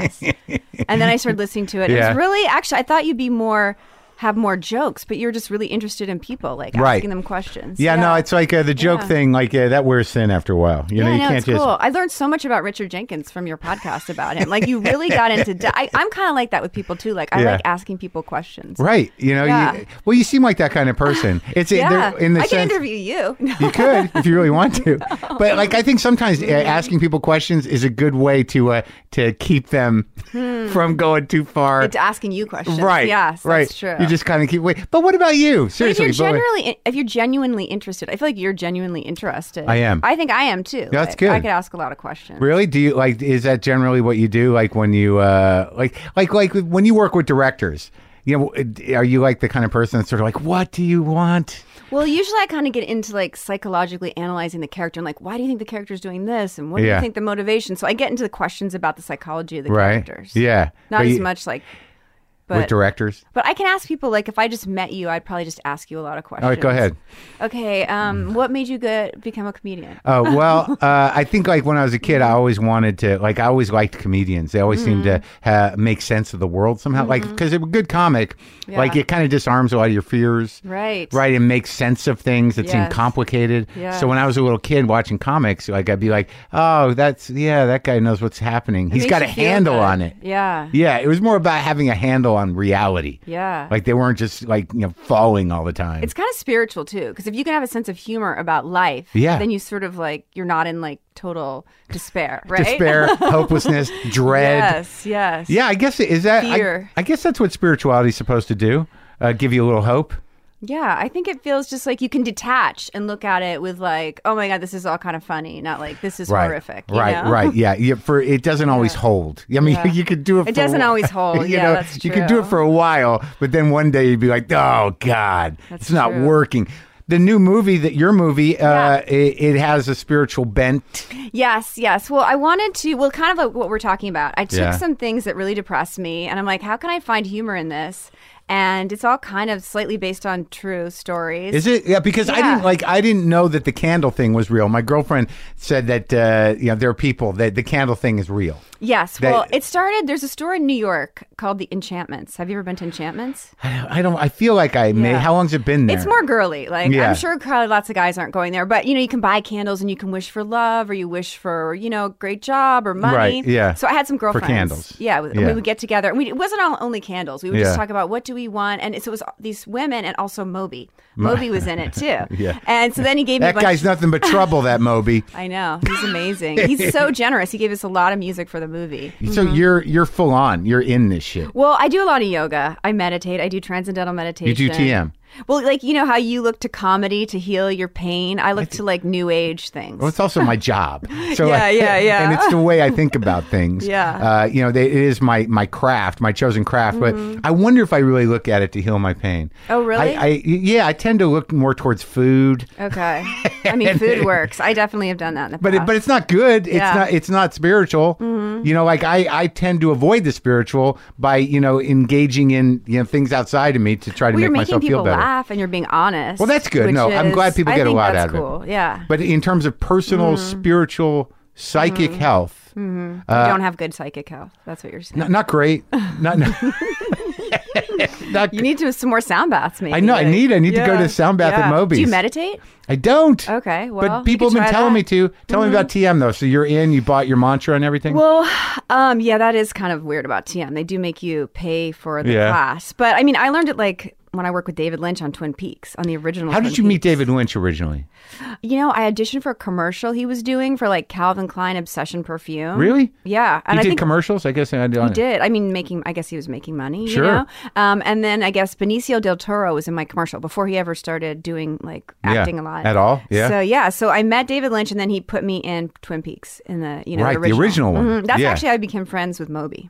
and then I started listening to it. Yeah. It was really actually I thought you'd be more have more jokes, but you're just really interested in people, like Right. asking them questions. Yeah, no, it's like uh, the joke thing. Like uh, that wears thin after a while. You know, Yeah, you I know, can't it's just. cool. I learned so much about Richard Jenkins from your podcast about him. Like you really got into. Di- I, I'm kind of like that with people too. Like I Yeah. like asking people questions. Right. You know. Yeah. You, well, you seem like that kind of person. It's a- Yeah, they're- in the I can sense. interview you. you could if you really want to, but like I think sometimes uh, Mm-hmm. asking people questions is a good way to uh, to keep them from going too far. Hmm. It's asking you questions. Right. Yes. Right. That's true. You just kind of keep wait. But what about you? But if Seriously. you're but- generally, if you're genuinely interested, I feel like you're genuinely interested. I am. I think I am too. That's Like, good. I could ask a lot of questions. Really? Do you like? Is that generally what you do? Like when you uh, like like like when you work with directors, you know, it- are you like the kind of person that's sort of like, what do you want? Well, usually I kind of get into like psychologically analyzing the character and like, why do you think the character's doing this, and what do Yeah. you think the motivation? So I get into the questions about the psychology of the Right. characters. Yeah. Not But as you- much like, with but directors. but I can ask people like if I just met you, I'd probably just ask you a lot of questions. All right, go ahead. Okay, um, what made you get become a comedian? Oh well, uh, I think like when I was a kid, I always wanted to like I always liked comedians. They always seemed to Mm-hmm. ha- make sense of the world somehow. Like 'cause Like because a good comic, like Yeah. it kind of disarms a lot of your fears. Right. Right, and make sense of things that seem Yes. complicated. Yes. So when I was a little kid watching comics, like I'd be like, "Oh, that's yeah, that guy knows what's happening. He's Makes got you a feel handle good. on it." Yeah. Yeah, it was more about having a handle on reality. Yeah. Like they weren't just like, you know, falling all the time. It's kind of spiritual too, because if you can have a sense of humor about life, Yeah. then you sort of like you're not in like total despair, right? Despair, hopelessness, dread. yes, yes. Yeah, I guess it- is that I- Fear. I, guess that's what spirituality's supposed to do. Uh, give you a little hope. Yeah, I think it feels just like you can detach and look at it with like, oh my god, this is all kind of funny, not like this is horrific. you Right, know? right. Yeah. You- for it doesn't always hold. I mean, Yeah. you could do it. For It doesn't a wh- always hold. you Yeah, know, that's you could do it true. for a while, but then one day you'd be like, "Oh God, it's not true. working." The new movie that your movie, uh, Yeah. it, it has a spiritual bent. Yes, yes. Well, I wanted to, well, kind of like what we're talking about. I took Yeah. some things that really depressed me, and I'm like, how can I find humor in this? And it's all kind of slightly based on true stories. Is it? Yeah, because I Yeah. didn't like. I didn't know that the candle thing was real. My girlfriend said that uh, you know there are people that the candle thing is real. yes. That- well, it started, there's a store in New York called The Enchantments. Have you ever been to Enchantments? I don't. I feel like I may. Yeah. How long's it been there? It's more girly. Like Yeah. I'm sure probably lots of guys aren't going there, but you know you can buy candles and you can wish for love or you wish for you know great job or money. Right, yeah. So I had some girlfriends. candles. Yeah. We, and Yeah. we would get together. And we, it wasn't all only candles. We would Yeah. just talk about what do we want, and so it was these women and also Moby. Moby was in it too. Yeah. And so then he gave me a That bunch. guy's nothing but trouble. That Moby. I know he's amazing. he's so generous. He gave us a lot of music for the movie. So you're you're full on. You're in this shit. Well, I do a lot of yoga. I meditate. I do transcendental meditation. TM. Well, like you know how you look to comedy to heal your pain. I look to like new age things. Well, it's also my job. So Yeah, like- yeah, yeah. And it's the way I think about things. Yeah. Uh, you know, they, it is my my craft, my chosen craft. But I wonder if I really look at it to heal my pain. Mm-hmm. Oh, really? I, I yeah, I tend to look more towards food. Okay. I mean, food works. I definitely have done that in the But past. it, but it's not good. It's Yeah. Mm-hmm. not it's not spiritual. You know, like I, I tend to avoid the spiritual by you know engaging in you know things outside of me to try to well, you're make making myself feel people better. laugh, and you're being honest. Well, that's good. which No, I'm glad is- people I get a think lot that's out of it. cool. Yeah, But in terms of personal, Mm-hmm. spiritual, psychic health, Uh, you don't have good psychic health. That's what you're saying. n- not great. Not, not, not you need to some more sound baths, maybe. I know, I like- need- I need to go to sound bath at Moby's. Do you meditate? I don't. Okay, well, but you people have could been try telling that. Mm-hmm. me to. Tell me about TM though. So you're in. You bought your mantra and everything. Well, um, yeah, that is kind of weird about TM. They do make you pay for the Yeah. class, but I mean, I learned it like when I worked with David Lynch on Twin Peaks on the original. How Twin did you Peaks. meet David Lynch originally? You know, I auditioned for a commercial he was doing for like Calvin Klein Obsession perfume. Really? Yeah, Um, and he I did think commercials. I guess I did. He did. I mean, making. I guess he was making money. Sure. You know? Um, and then I guess Benicio del Toro was in my commercial before he ever started doing like Yeah. acting a lot At all? Yeah. So yeah. So I met David Lynch, and then he put me in Twin Peaks in the you know Right, the original one. Mhm. That's Yeah. actually how I became friends with Moby.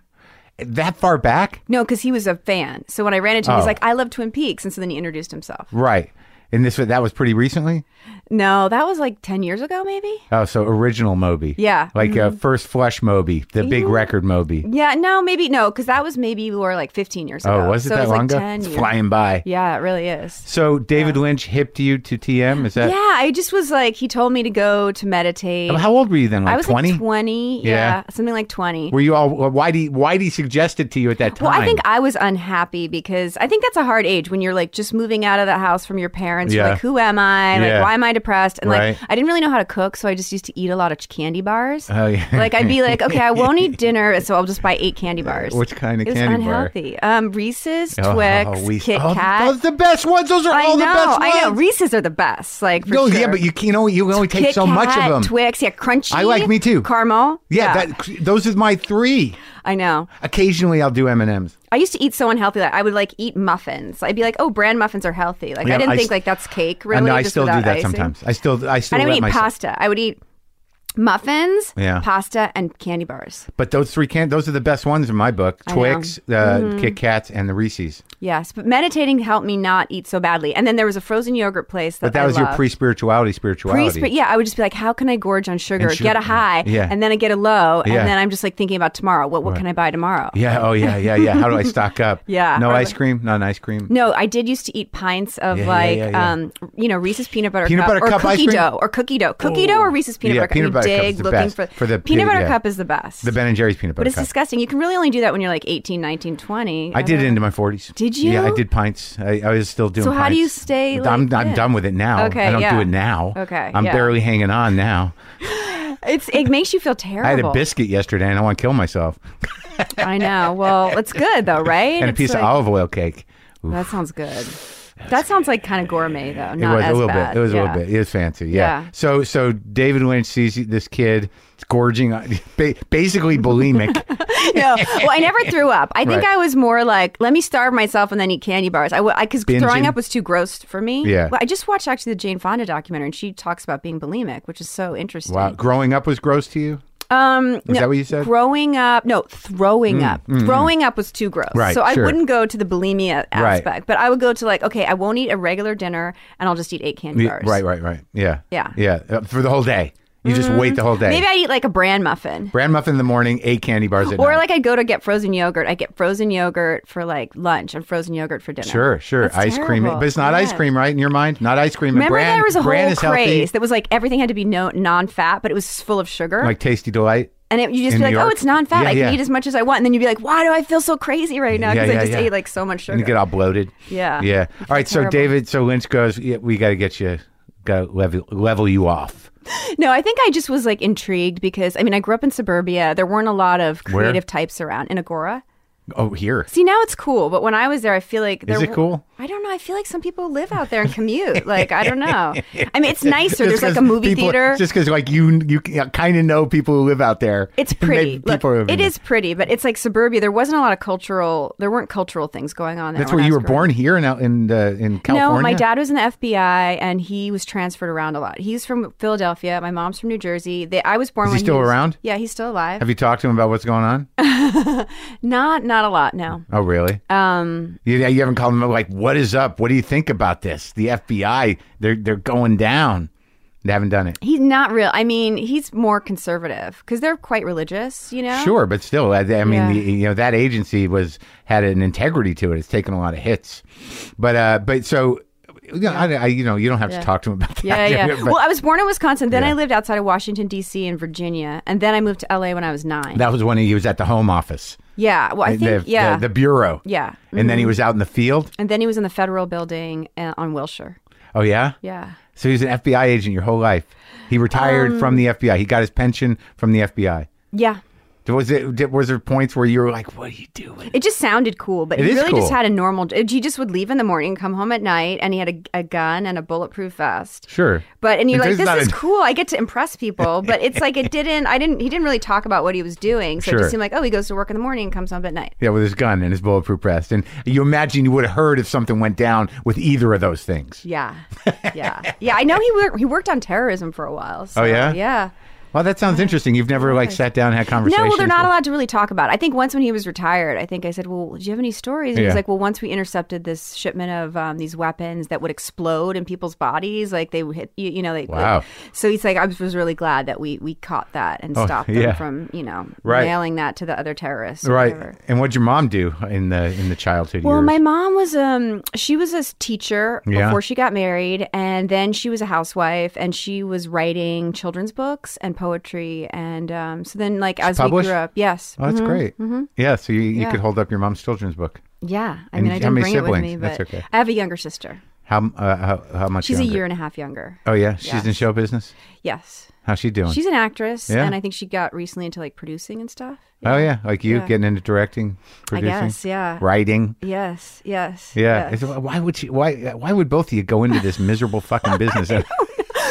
That far back? No, because he was a fan. So when I ran into him, he's Oh. like, "I love Twin Peaks," and so then he introduced himself. Right. And this that was pretty recently. No, that was like ten years ago, maybe. Oh, so original Moby. Yeah. Mm-hmm. Like uh, first flush Moby, the big record Moby. Yeah, no, maybe no, because that was maybe more like fifteen years ago. Oh, was it so that it was long like ago? Ten It's years. flying by. Yeah, it really is. So David Lynch hipped you to TM. Is that? Yeah, I just was like, he told me to go to meditate. How old were you then? I Like was twenty. like 20. Yeah. Yeah. Something like 20. Were you all? Why do? Why do suggest it to you at that time? well, I think I was unhappy because I think that's a hard age when you're like just moving out of the house from your parents. You're Yeah. like, who am I? Like, Yeah. why am I depressed? And Right. like, I didn't really know how to cook, so I just used to eat a lot of ch- candy bars. Oh, yeah. Like, I'd be like, okay, I won't eat dinner, so I'll just buy eight candy bars. Which kind of it was candy bar? unhealthy. Um, Reese's, Oh, Twix, we- Kit oh, Kat. Those are the best ones. Those are I all know, the best ones. I know. Reese's are the best. Like, for no, sure. yeah, but you, can- you know you can only take Kit so much of Kat, them. Twix, yeah, crunchy. I like- me too. Caramel. yeah, That, those are my three. I know. Occasionally, I'll do M and M's. I used to eat so unhealthy that I would like eat muffins. I'd be like, "Oh, bran muffins are healthy." Like Yeah, I didn't I think s- like that's cake. Really, I just still do without that icing. sometimes. I still I still And I would let eat myself. pasta. I would eat muffins, Yeah. pasta, and candy bars. But those three can those are the best ones in my book: know. Mm-hmm. Twix, uh, Kit Kats, and the Reese's. Yes, but meditating helped me not eat so badly. And then there was a frozen yogurt place that But that I was your loved. pre spirituality spirituality. Pre- yeah, I would just be like, "How can I gorge on sugar? And sugar. Get a high, Yeah. and then I get a low, and Yeah. then I'm just like thinking about tomorrow. What what can I buy tomorrow? yeah. Oh yeah. Yeah. Yeah. How do I stock up? Yeah. No Or ice like- cream. Not an ice cream. No, I did used to eat pints of Yeah, yeah, like, yeah, yeah. um, you know, Reese's peanut butter Peanut cup butter or cup ice cookie cream? dough or cookie dough, cookie dough or Reese's peanut Yeah, butter cup. peanut You butter cup dig is the looking best for, for the peanut pe- butter yeah. cup is the best. The Ben and Jerry's peanut but butter it's cup. disgusting. You can really only do that when you're like 18, 19, 20. I did it into my forties. Did Yeah, I you? did pints. I, I was still doing. So how do pints. you stay, like, I'm, I'm fit? done with it now. Okay, I don't do yeah. it now. Okay, I'm yeah. barely hanging on now. It's it makes you feel terrible. I had a biscuit yesterday, and I want to kill myself. I know. Well, it's good though, right? and a It's piece like- of olive oil cake. Ooh, That sounds good. That sounds like kind of gourmet though. it Not was as a little bad. bit. It was a Yeah. little bit. It was fancy. Yeah. Yeah. So so David Lynch sees this kid gorging, on, ba- basically bulimic. no. Well, I never threw up. I think Right. I was more like, let me starve myself and then eat candy bars. I because throwing Binging? up was too gross for me. Yeah. Well, I just watched actually the Jane Fonda documentary, and she talks about being bulimic, which is so interesting. wow. Growing up was gross to you. Um, Is that what you said? Growing up, no, throwing up. Throwing up was too gross. Mm, mm-hmm. Right, so I sure. wouldn't go to the bulimia Right. aspect, but I would go to like, okay, I won't eat a regular dinner, and I'll just eat eight candy Yeah, bars. right, right, right. Yeah. Yeah. Yeah. Uh, for the whole day. You just wait the whole day. Maybe I'd eat like a bran muffin. Bran muffin in the morning, eight candy bars at Or night. like I'd go to get frozen yogurt. I get frozen yogurt for like lunch and frozen yogurt for dinner. Sure, sure. That's ice cream. terrible. But it's not ice Yeah. cream, right? In your mind? Not ice cream. And Remember bran, there was a bran whole is healthy, craze that was like everything had to be no, non-fat, but it was full of sugar. Like Tasty Delight. and it, you just in be New like, oh, York. it's non-fat. Yeah, I can yeah. eat as much as I want. And then you'd be like, why do I feel so crazy right now? Yeah, Because yeah, I just yeah. ate like so much And you sugar. get all bloated. Yeah. Yeah. All right. So terrible. David, so Lynch goes, yeah, we got to get you, got to level, level you off. No, I think I just was like intrigued because I mean, I grew up in suburbia. There weren't a lot of Where? creative types around in Agora. Oh, here. See, now it's cool, but when I was there, I feel like there Is it w- cool? I don't know. I feel like some people live out there and commute. like I don't know. I mean, it's nicer. There's Just like a 'cause movie people- theater. Just because, like, you you kind of know people who live out there. It's Maybe pretty. Look, people are living it there. is pretty, but it's like suburbia. There wasn't a lot of cultural. There weren't cultural things going on there. That's when where I you was were growing born up. here in, out in, uh, in California? No, my dad was in the FBI and he was transferred around a lot. He's from Philadelphia. My mom's from New Jersey. They, I was born Is he when still was- around? Yeah, he's still alive. Have you talked to him about what's going on? Not not a lot, no. Oh, really? Um, You, you haven't called them up, like, what is up? What do you think about this? The FBI, they're they're going down. They haven't done it. he's not real. I mean, he's more conservative because they're quite religious, you know. Sure, but still, I, I mean, Yeah. the, you know, that agency was had an integrity to it. It's taken a lot of hits, but uh, but so. You know, I, I, you know, you don't have to talk to him about that. Yeah, yeah. but well, I was born in Wisconsin. Then I lived outside of Washington D.C. and Virginia, and then I moved to L.A. when I was nine. that was when he was at the home office, yeah. Well, I think the, yeah, the, the bureau, yeah. Mm-hmm. and then he was out in the field. And then he was in the federal building uh, on Wilshire. Oh yeah, Yeah. so he was an FBI agent your whole life. He retired from Um, the FBI. He got his pension from the FBI. Yeah. Was it? Did, was there points where you were like, "What are you doing?" It just sounded cool, but It he is really cool. just had a normal. He just would leave in the morning, come home at night, and he had a, a gun and a bulletproof vest. Sure. But and you're It like, is this not is a- cool. I get to impress people, but it's like it didn't. I didn't. He didn't really talk about what he was doing, so it Sure. just seemed like, oh, he goes to work in the morning and comes home at night. Yeah, with his gun and his bulletproof vest. And you imagine you would have heard if something went down with either of those things. Yeah, yeah, yeah. I know he worked. He worked on terrorism for a while. So, Oh, yeah? yeah. Well, that sounds interesting. You've never like sat down and had conversations. No, well, they're not with- allowed to really talk about. It. I think once when he was retired, I think I said, "Well, do you have any stories?" And he Yeah. was like, "Well, once we intercepted this shipment of um, these weapons that would explode in people's bodies, like they would hit you, you know." They, Wow. like- so he's like, "I was was really glad that we we caught that and stopped them Oh, yeah. from you know Right. mailing that to the other terrorists." or whatever." Right. And what'd your mom do in the in the childhood Well, years? my mom was um she was a teacher Yeah. before she got married and then she was a housewife and she was writing children's books and poetry and um so then like as we published? grew up yes oh, that's great. Yeah, so you, you Mm-hmm. Yeah. could hold up your mom's children's book. Yeah, I And mean, I how didn't many bring it with me, siblings? That's but okay. I have a younger sister. How uh, how, how much She's younger? a year and a half younger. Oh yeah, she's Yeah. in show business. Yes, How's she doing? she's an actress, Yeah. and I think she got recently into like producing and stuff. oh yeah, like you Yeah. getting into directing, producing, I guess, yeah. writing. Yes, yes. Yeah. It's- Why would she? Why why would both of you go into this miserable fucking business?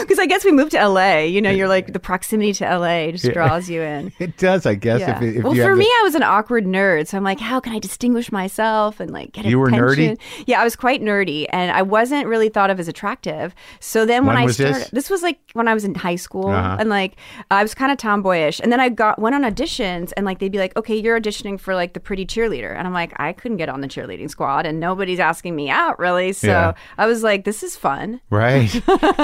Because I guess we moved to LA. You know, you're like the proximity to LA just draws you in. it does, I guess. Yeah. If, it- if well, you for have the- me, I was an awkward nerd, so I'm like, how can I distinguish myself and like get You were nerdy? attention? Yeah, I was quite nerdy, and I wasn't really thought of as attractive. So then when, When I was this? Uh-huh. started, was like when I was in high school, and like I was kind of tomboyish, and then I got went on auditions, and like they'd be like, okay, you're auditioning for like the pretty cheerleader, and I'm like, I couldn't get on the cheerleading squad, and nobody's asking me out really. So Yeah. I was like, this is fun. right.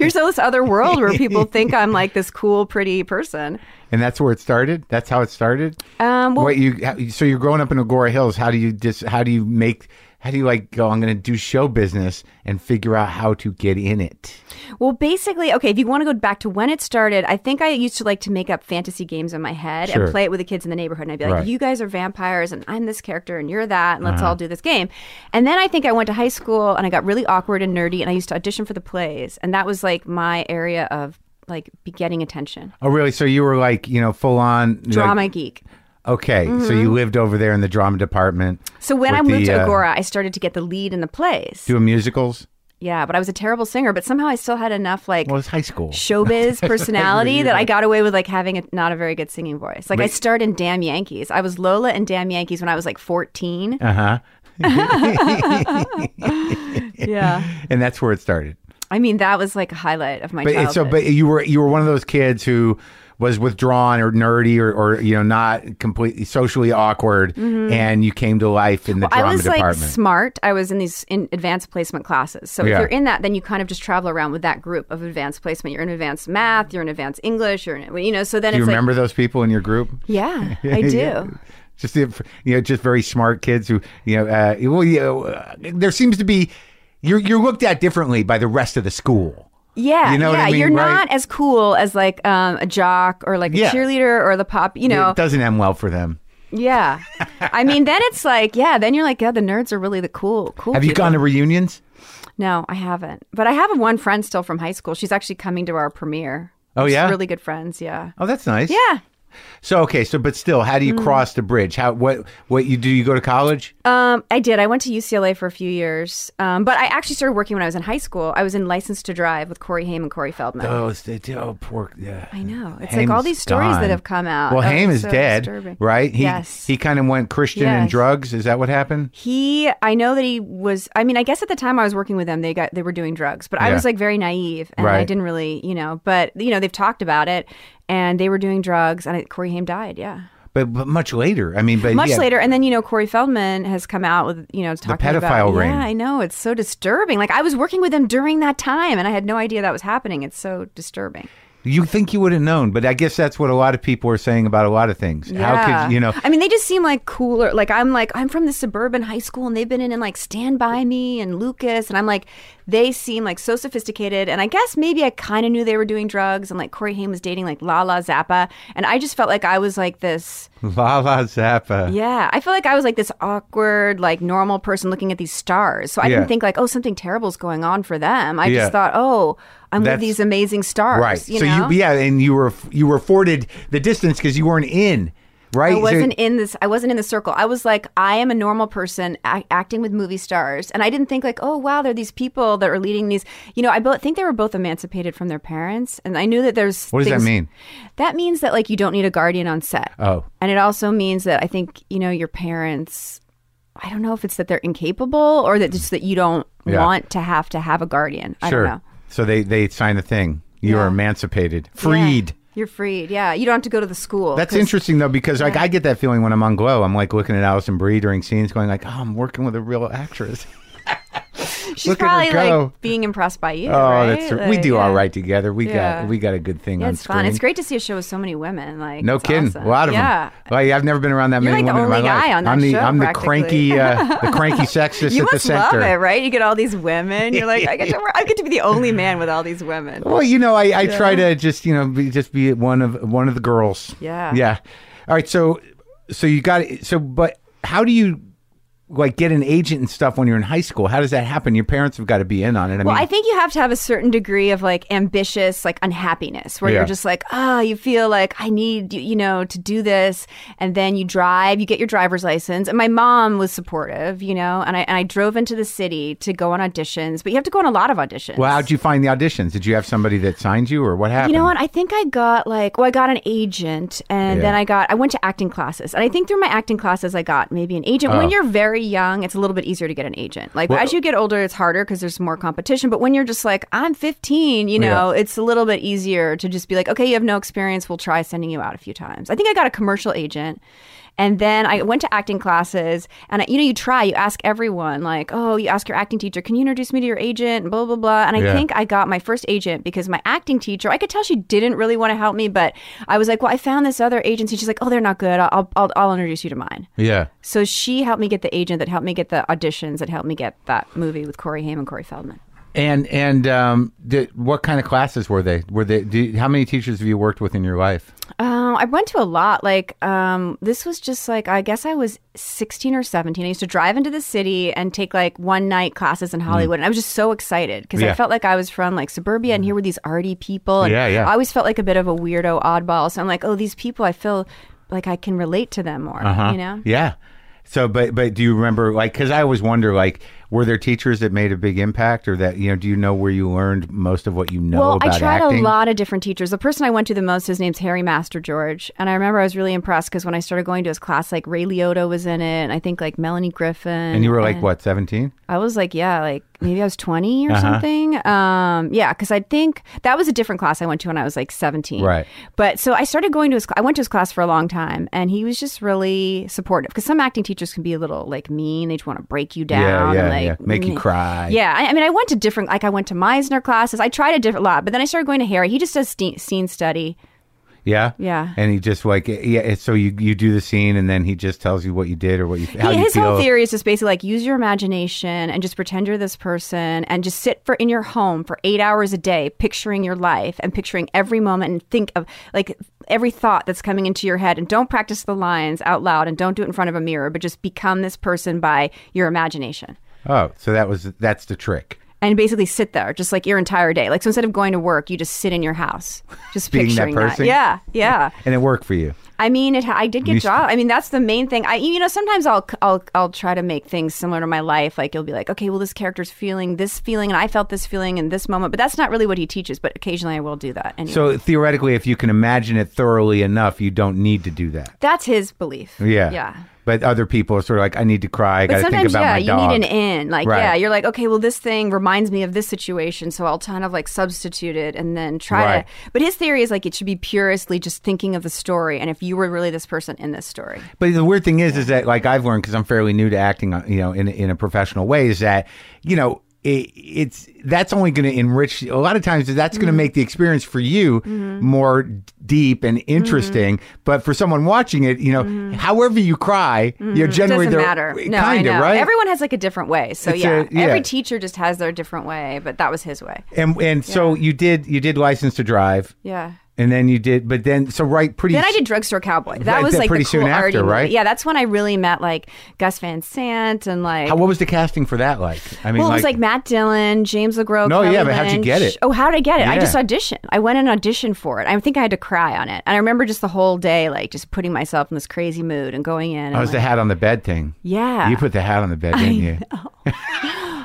You're so this other world where people think I'm like this cool, pretty person. And that's where it started. That's how it started. Um, well, Wait, you how- so you're growing up in Agora Hills. How do you dis, How do you make? How do you like go? I'm going to do show business and figure out how to get in it. Well, basically, okay, if you want to go back to when it started, I think I used to like to make up fantasy games in my head Sure. and play it with the kids in the neighborhood. And I'd be like, Right. Uh-huh. you guys are vampires, and I'm this character, and you're that, and let's all do this game. And then I think I went to high school and I got really awkward and nerdy, and I used to audition for the plays. And that was like my area of like be getting attention. Oh, really? So you were like, you know, full on like- Drama Mm-hmm. geek. Okay, so you lived over there in the drama department. So when I with moved the, to uh, Agora, I started to get the lead in the plays. doing musicals. Yeah, but I was a terrible singer, but somehow I still had enough like Well, it's high school. showbiz personality that I got away with like having a, not a very good singing voice. Like I starred in Damn Yankees. I was Lola in Damn Yankees when I was like 14. Uh huh. yeah. And that's where it started. I mean, that was like a highlight of my But it- childhood. so, but you were you were one of those kids who was withdrawn or nerdy or, or you know not completely socially awkward, and you came to life in the Mm-hmm. I drama was like department. smart. I was in these in advanced placement classes. So Yeah. if you're in that, then you kind of just travel around with that group of advanced placement. You're in advanced math, you're in advanced English, you're in, you know, so then Do you it's remember those people in your group? like, yeah, I do. Just the- you know, just very smart kids who you know. Uh, well, you know, uh, there seems to be you're you're looked at differently by the rest of the school. Yeah, You know what yeah, I mean, you're right? not as cool as like um, a jock or like a Yeah. cheerleader or the pop. You know, It doesn't end well for them. yeah. I mean, then it's like, yeah, then you're like, yeah, the nerds are really the cool, cool. Have you people. gone to reunions? No, I haven't. But I have one friend still from high school. She's actually coming to our premiere. Oh, She's yeah? really good friends. Yeah, Oh, that's nice. yeah. Mm-hmm. So okay, so but still, how do you cross the bridge? How what what you do? You go to college? Um, I did. I went to UCLA for a few years, um, but I actually started working when I was in high school. I was in License to Drive with Corey Haim and Corey Feldman. Oh, it's- it- oh, poor. Yeah. I know. It's like all these stories that have come out. Well, Oh, Haim it's is so dead, disturbing. right? He, Yes. He kind of went Christian and Yes. drugs. Is that what happened? He, I know that he was. I mean, I guess at the time I was working with them, they got they were doing drugs, but I Yeah. was like very naive and I Right. didn't really, you know. But you know, they've talked about it, and they were doing drugs, and I, Corey Haim died. Yeah, But, but much later. I mean, but much yeah. later, and then you know, Corey Feldman has come out with you know talking about pedophile ring. Yeah, I know it's so disturbing. Like I was working with them during that time, and I had no idea that was happening. It's so disturbing. You think you would have known, but I guess that's what a lot of people are saying about a lot of things. How Yeah. could you know? I mean, they just seem like cooler. Like I'm like I'm from the suburban high school, and they've been in, in like Stand by Me and Lucas, and I'm like they seem like so sophisticated. And I guess maybe I kind of knew they were doing drugs, and like Corey Haim was dating like Lala Zappa, and I just felt like I was like this. La La Zappa. Yeah, I feel like I was like this awkward, like normal person looking at these stars. So I Yeah. didn't think like, oh, something terrible's going on for them. I Yeah. just thought, oh, I'm That's- with these amazing stars. Right. You so know? you yeah, and you were you were afforded the distance because you weren't in. Right. I So- wasn't in this. I wasn't in the circle. I was like, I am a normal person ac acting with movie stars, and I didn't think like, oh wow, there are these people that are leading these. You know, I both think they were both emancipated from their parents, and I knew that there's. What does that things- mean? That means that like you don't need a guardian on set. Oh. and it also means that I think you know your parents. I don't know if it's that they're incapable or that just that you don't Yeah. want to have to have a guardian. I sure. don't know. So they they signed a thing. You Yeah. are emancipated, freed. Yeah. You're freed. Yeah, you don't have to go to the school. That's Oh, 'cause- interesting though, because like I get that feeling when I'm on Glow. I'm like looking at Allison Brie during scenes, going like, "Oh, I'm working with a real actress." She's Look at her probably go. like being impressed by you. Oh, right? that's we Like, do yeah. all right together. We Yeah. got we got a good thing Yeah, on it's screen. fun. It's great to see a show with so many women. Like, No it's kidding, awesome. a lot of yeah. them. Like, I've never been around that You're, many like, the women in only my life. guy on that I'm the show, I'm the cranky uh, the cranky sexist You at the must love center. it, right? You get all these women. You're like, I get to, I get to be the only man with all these women. Well, you know, I, I try to just you know be, just be one of one of the girls. Yeah. Yeah. All right. So so you got so but how do you like get an agent and stuff when you're in high school? How does that happen? Your parents have got to be in on it. I Well, mean, I think you have to have a certain degree of like ambitious, like unhappiness, where Yeah. you're just like, ah, you feel like I need, you- you know, to do this, and then you drive, you get your driver's license, and my mom was supportive, you know, and I and I drove into the city to go on auditions, but you have to go on a lot of auditions. well, how'd you find the auditions? Did you have somebody that signed you, or what happened? You know what? I think I got like, well, I got an agent, and Yeah. then I got, I went to acting classes, and I think through my acting classes, I got maybe an agent. Oh. When you're very young, it's a little bit easier to get an agent. Like as you get older, it's harder because there's more competition. But when you're just like, I'm 15, you know, it's a little bit easier to just be like, okay, you have no experience. We'll try sending you out a few times. I think I got a commercial agent. And then I went to acting classes, and I, you know, you try, you ask everyone, like, oh, you ask your acting teacher, can you introduce me to your agent, and blah blah blah. And I Yeah. think I got my first agent because my acting teacher, I could tell she didn't really want to help me, but I was like, well, I found this other agency. She's like, oh, they're not good. I'll I'll, I'll introduce you to mine. Yeah. So she helped me get the agent that helped me get the auditions that helped me get that movie with Corey Haim and Corey Feldman. And and um, did, what kind of classes were they? Were they? Do, you- how many teachers have you worked with in your life? Um, I went to a lot. Like, um, this was just like, I guess I was 16 or 17. I used to drive into the city and take like one night classes in Hollywood. And I was just so excited because Mm. Yeah. Mm. I felt like I was from like suburbia and here were these arty people. And Yeah, yeah. I always felt like a bit of a weirdo oddball. So I'm like, oh, these people, I feel like I can relate to them more. Huh? You know? Yeah. So, but but do you remember like? Because I always wonder like, were there teachers that made a big impact, or that you know? Do you know where you learned most of what you know Well, about I tried acting? a lot of different teachers. The person I went to the most, his name's Harry Master George, and I remember I was really impressed because when I started going to his class, like Ray Liotta was in it, and I think like Melanie Griffin. and you were like what, seventeen? I was like, yeah, like maybe I was 20 or Uh-huh. something. Um, yeah, because I think that was a different class I went to when I was like 17. Right. But so I started going to his, I went to his class for a long time and he was just really supportive because some acting teachers can be a little like mean. They just want to break you down yeah, and like mm. yeah. Make you cry. Yeah. I, I mean, I went to different, like I went to Meisner classes. I tried a different lot, but then I started going to Harry. He just does ste- scene study. Yeah. Yeah. And he just like yeah. it's- So you you do the scene, and then he just tells you what you did or what you how He- you his feel. whole theory is just basically like use your imagination and just pretend you're this person and just sit for in your home for eight hours a day picturing your life and picturing every moment and think of like every thought that's coming into your head and don't practice the lines out loud and don't do it in front of a mirror but just become this person by your imagination Oh, so that was that's the trick. and basically sit there just like your entire day like so instead of going to work you just sit in your house just Being that picturing person? yeah yeah And it worked for you. I mean, it. I did You st- get job. I mean, that's the main thing. I, you know, sometimes I'll, I'll, I'll try to make things similar to my life. Like you'll be like, okay, well, this character's feeling this feeling, and I felt this feeling in this moment. But that's not really what he teaches. But occasionally, I will do that. Anyway. So theoretically, if you can imagine it thoroughly enough, you don't need to do that. that's his belief. Yeah. yeah. But other people are sort of like, I need to cry. I got But to think sometimes, about yeah, my you dog. need an in. Like, Right. yeah, you're like, okay, well, this thing reminds me of this situation, so I'll kind of like substitute it and then try Right. to. But his theory is like it should be puristly just thinking of the story and if you were really this person in this story. But the weird thing is, is that like I've learned because I'm fairly new to acting, uh, you know, in in a professional way, is that you know. It, it's that's only going to enrich a lot of times that's Mm-hmm. going to make the experience for you more d- deep and Mm-hmm. interesting but for someone watching it you know however you cry you know generally Mm-hmm. doesn't they're- matter. No, I kinda know. right Everyone has like a different way. So It's yeah, a- yeah. every teacher just has their different way. But that was his way. and and so you did you did license to drive Yeah. and then you did but then so right pretty Then I did Drugstore Cowboy. That Right, was that like pretty the soon cool after, arty movie. right? Yeah, that's when I really met like Gus Van Sant and like. How, what was the casting for that like? I mean, well, it was like Matt Dillon, James LeGros. No, Kelly yeah, but how'd you get Lynch. it? Oh, how did I get it? I Yeah. just auditioned. I went and auditioned for it. I think I had to cry on it, and I remember just the whole day, like just putting myself in this crazy mood and going in. And that oh, was the like, hat on the bed thing. yeah, You put the hat on the bed, didn't you?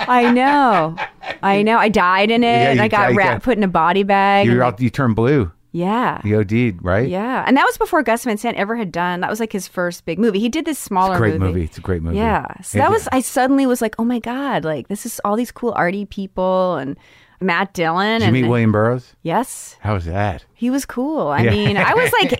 I know, I know. I died in it, Yeah, and you I got died, wrapped, yeah. put in a body bag. You and, were out, you turned blue. yeah, You OD'd, right? Yeah, and that was before Gus Van Sant ever had done. That was like his first big movie. He did this smaller Great movie. It's a great movie. Yeah, so It- that was. I suddenly was like, oh my god, like this is all these cool arty people and Matt Did Dillon. you and meet William Burroughs? Yes, How was that? he was cool. I mean, I was like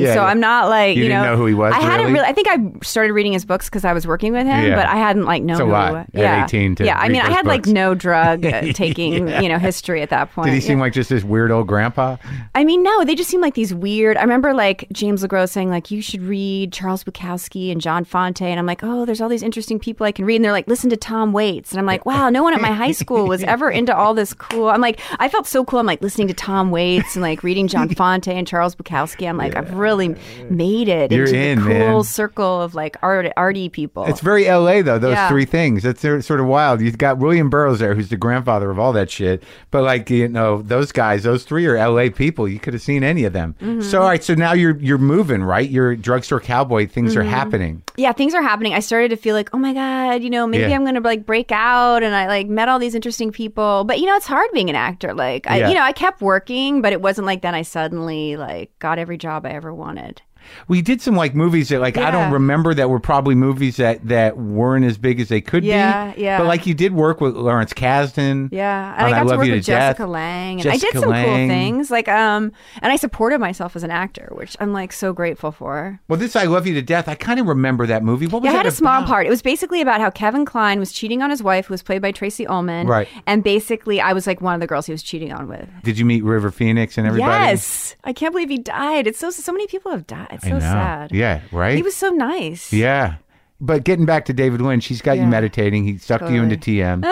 Yeah, so yeah. I'm not like You you, didn't know who he was, I hadn't really? really. I think I started reading his books because I was working with him, Yeah. but I hadn't like known It's a who lot he was. at 18 to yeah, I read mean, I those had like books. no drug uh, taking you know history at that point. Did he Yeah. seem like just this weird old grandpa? I mean, no, they just seem like these weird. I remember like James LeGros saying like you should read Charles Bukowski and John Fonte, and I'm like, oh, there's all these interesting people I can read, and they're like, listen to Tom Waits, and I'm like, wow, no one at my high school was ever into all this cool. I'm like, I felt so cool. I'm like listening to Tom Waits and like reading John Fonte and Charles Bukowski. I'm like, I've really made it You're into in, the cool man. circle of like art arty people. It's very LA though. Those Yeah. three things. That's sort sort of wild. You've got William Burroughs there, who's the grandfather of all that shit. But like you know, those guys, those three are LA people. You could have seen any of them. Mm-hmm. So all right, so now you're you're moving, right? You're drugstore cowboy. Things Mm-hmm. are happening. yeah, things are happening. I started to feel like, oh my god, you know, maybe Yeah. I'm gonna like break out, and I like met all these interesting people. But you know, it's hard being an actor. Like, I, Yeah. you know, I kept working, but it wasn't like then I suddenly like got every job I ever wanted. We did some like movies that like I don't Yeah. remember that were probably movies that that weren't as big as they could Yeah, be. yeah. But like you did work with Lawrence Kasdan. on Yeah, and I got to Love work You with Death. Jessica Lang, and I Jessica did some Lange. cool things. Like, um, and I supported myself as an actor, which I'm like so grateful for. Well, this I Love You to Death. I kind of remember that movie. What was Yeah, I that had a small about? part. It was basically about how Kevin Klein was cheating on his wife, who was played by Tracy Ullman. Right. And basically, I was like one of the girls he was cheating on with. Did you meet River Phoenix and everybody? Yes, I can't believe he died. It's so so many people have died. It's I so know. sad. Yeah, right? He was so nice. Yeah. But getting back to David Lynch, he's got you Yeah. meditating. He sucked you into TM.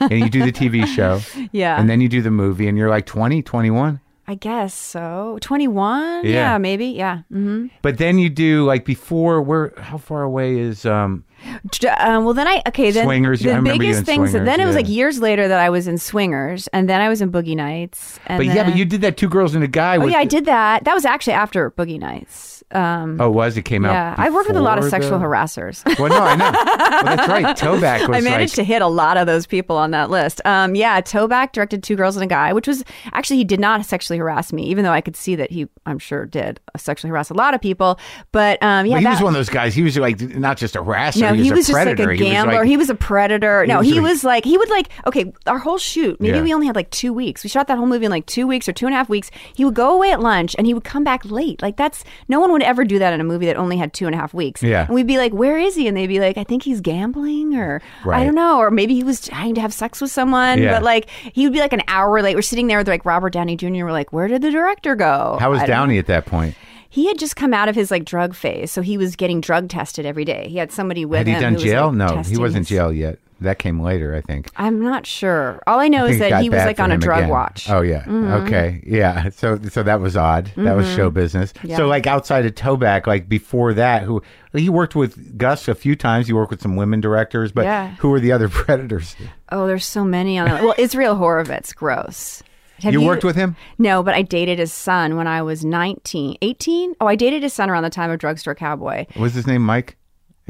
and you do the TV show. Yeah. And then you do the movie, and you're like 20, 21. I guess so. Twenty one. Yeah. Yeah. maybe. Yeah. hmm But then you do like before where how far away is um J- Um, well, then I okay. Then Swingers, The yeah, I remember you biggest in things. Swingers, then it was yeah. like years later that I was in Swingers, and then I was in Boogie Nights. And But yeah, but then- you did that two girls and a guy. Oh with yeah, I the- did that. That was actually after Boogie Nights. Um, Oh, it was it came out? yeah, I worked with a lot of before sexual the- harassers. Well, no, I know. Well, that's right. Toback was I managed like, to hit a lot of those people on that list. Um, yeah, Toback directed Two Girls and a Guy, which was actually he did not sexually harass me, even though I could see that he, I'm sure, did sexually harass a lot of people. But um, yeah, But he that, was one of those guys. He was like not just a harasser. no, he was a just like predator. a gambler. He was, He was like, a predator. no, was he like- was like he would like okay, our whole shoot. Maybe Yeah. we only had like two weeks. We shot that whole movie in like two weeks or two and a half weeks. He would go away at lunch and he would come back late. Like that's no one would ever do that in a movie that only had two and a half weeks. Yeah. and we'd be like, where is he? And they'd be like, I think he's gambling or Right. I don't know, or maybe he was trying to have sex with someone. Yeah. But like he would be like an hour late. We're sitting there with like Robert Downey Jr. We're like, where did the director go? how was I don't Downey at that point? he had just come out of his like drug phase, so he was getting drug tested every day. He had somebody with Had him. he done who was, jail? like, no, he testing wasn't his- jail yet. That came later, I think. I'm not sure. All I know I is think it that got he was bad like for on a him drug again. watch. Mm-hmm. Oh yeah. Okay. Yeah. So so that was odd. That was show business. So like outside of Toback, like before that, who he worked with Gus a few times. You worked with some women directors, but Yeah. who were the other predators? Oh, there's so many on. Well, Israel Horovitz, gross. Have You worked with him? No, but I dated his son when I was 19, 18. Oh, I dated his son around the time of Drugstore Cowboy. Was his name Mike?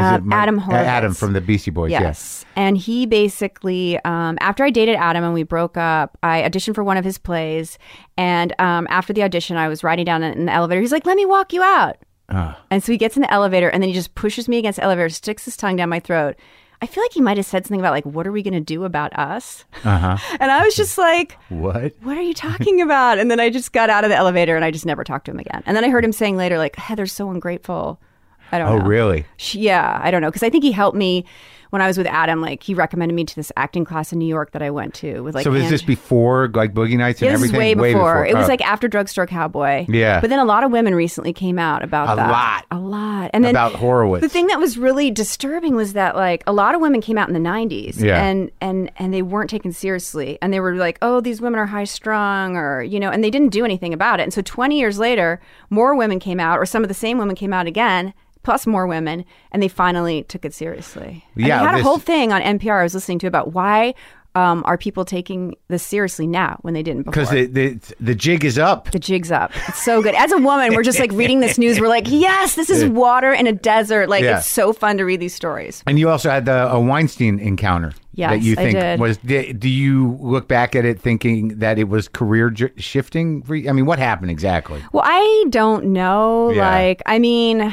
Is Uh, it Mike? Adam A- Adam Horowitz. from the Beastie Boys. Yes. Yes. And he basically, um, after I dated Adam and we broke up, I auditioned for one of his plays. And um, after the audition, I was riding down in the elevator. He's like, let me walk you out. And so he gets in the elevator and then he just pushes me against the elevator, sticks his tongue down my throat. I feel like he might have said something about, like, what are we going to do about us? and I was just like, What? what are you talking about? And then I just got out of the elevator and I just never talked to him again. And then I heard him saying later, like, Heather's so ungrateful. I don't Oh, know. really? She, yeah, I don't know because I think he helped me when I was with Adam. Like he recommended me to this acting class in New York that I went to with like. so is Ange- this before like Boogie Nights and Yeah, this is everything? way before. It was Oh. like after Drugstore Cowboy. Yeah. But then a lot of women recently came out about A that. lot. A lot. And then About Horowitz. The thing that was really disturbing was that like a lot of women came out in the 90s Yeah. and and and they weren't taken seriously and they were like, "Oh, these women are high strung or, you know, and they didn't do anything about it. And so 20 years later, more women came out or some of the same women came out again. Plus more women, and they finally took it seriously. And Yeah, they had this- a whole thing on NPR I was listening to about why um, are people taking this seriously now when they didn't before because the, the the jig is up. the jig's up. It's so good. As a woman, we're just like reading this news. We're like, yes, this is water in a desert. Like, Yeah. it's so fun to read these stories. And you also had the a Weinstein encounter Yes, that you I think did. was. Di- do you look back at it thinking that it was career j- shifting? For you? I mean, what happened exactly? Well, I don't know. Yeah. Like, I mean,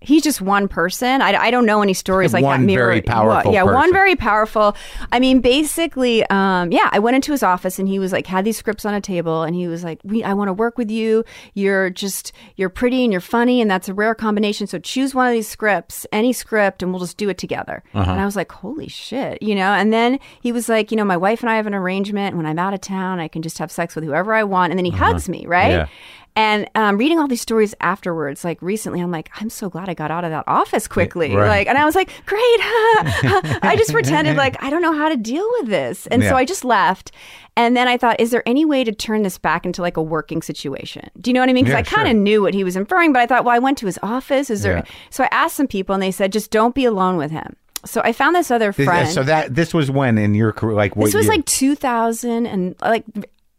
he's just one person. I, I don't know any stories like One that. mirror- very powerful Well, yeah, person. one very powerful. I mean, basically, um, yeah. I went into his office and he was like had these scripts on a table and he was like, "We, I want to work with you. You're just you're pretty and you're funny and that's a rare combination. So choose one of these scripts, any script, and we'll just do it together." Uh-huh. And I was like, "Holy shit," you know. And then he was like, "You know, my wife and I have an arrangement. When I'm out of town, I can just have sex with whoever I want." And then he hugs me, right? Uh-huh. Yeah. And um, reading all these stories afterwards, like recently, I'm like, I'm so glad I got out of that office quickly. right. Like, and I was like, great. I just pretended like I don't know how to deal with this, and Yeah. so I just left. And then I thought, is there any way to turn this back into like a working situation? Do you know what I mean? Because Yeah, I kind of sure. knew what he was inferring, but I thought, well, I went to his office. Is there? Yeah. So I asked some people, and they said, just don't be alone with him. So I found this other This- friend. uh, so that this was when in your career, like what This was year? like 2000 and like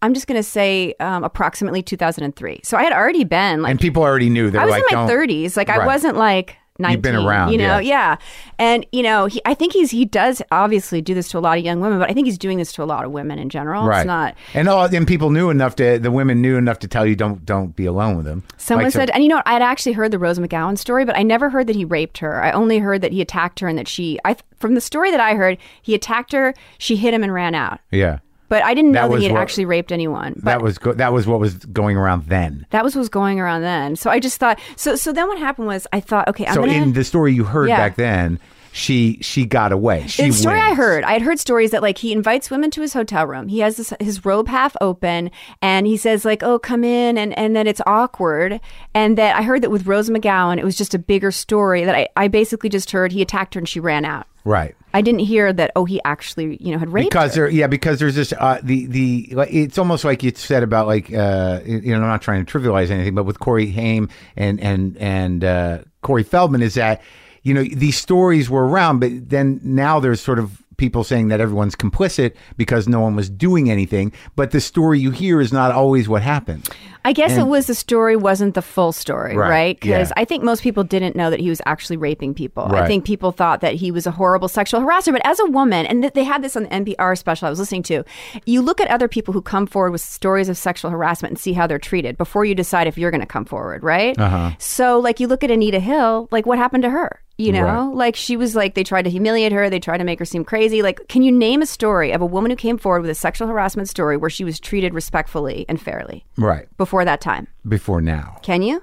I'm just gonna say um, approximately 2003. So I had already been like and people already knew. They're I was like, in my "Don't-" 30s. Like Right. I wasn't like 19. You've been around, you yeah. know. Yeah. And you know, he, I think he's he does obviously do this to a lot of young women, but I think he's doing this to a lot of women in general. Right. It's not. And all and people knew enough to the women knew enough to tell you don't don't be alone with them. Someone Like, so- said, and you know, what, I had actually heard the Rose McGowan story, but I never heard that he raped her. I only heard that he attacked her and that she. I from the story that I heard, he attacked her, she hit him and ran out. yeah. But I didn't That know that was he had what- actually raped anyone. But that was go- that was what was going around then. That was what was going around then. So I just thought. So so then what happened was I thought, okay, I'm So gonna. in the story you heard Yeah. back then, she she got away. She the story I wins. heard, I had heard stories that like he invites women to his hotel room. He has this, his robe half open, and he says like, "Oh, come in," and and then it's awkward. And that I heard that with Rose McGowan, it was just a bigger story that I, I basically just heard he attacked her and she ran out. Right. I didn't hear that. Oh, he actually you know had raped because her. there, yeah, because there's this uh, the the like, it's almost like you said about like uh, you know I'm not trying to trivialize anything, but with Corey Haim and and and uh, Corey Feldman is that. you know, these stories were around, but then now there's sort of people saying that everyone's complicit because no one was doing anything. But the story you hear is not always what happened. I guess it was the story wasn't the full story, Right, right? Because yeah. I think most people didn't know that he was actually raping people. Right. I think people thought that he was a horrible sexual harasser. But as a woman, and th- they had this on the NPR special I was listening to, you look at other people who come forward with stories of sexual harassment and see how they're treated before you decide if you're going to come forward, right? Uh-huh. So, like, you look at Anita Hill, like, what happened to her? You know, like she was like, they tried to humiliate her. They tried to make her seem crazy. Like, can you name a story of a woman who came forward with a sexual harassment story where she was treated respectfully and fairly Right. before that time? Before now. Can you?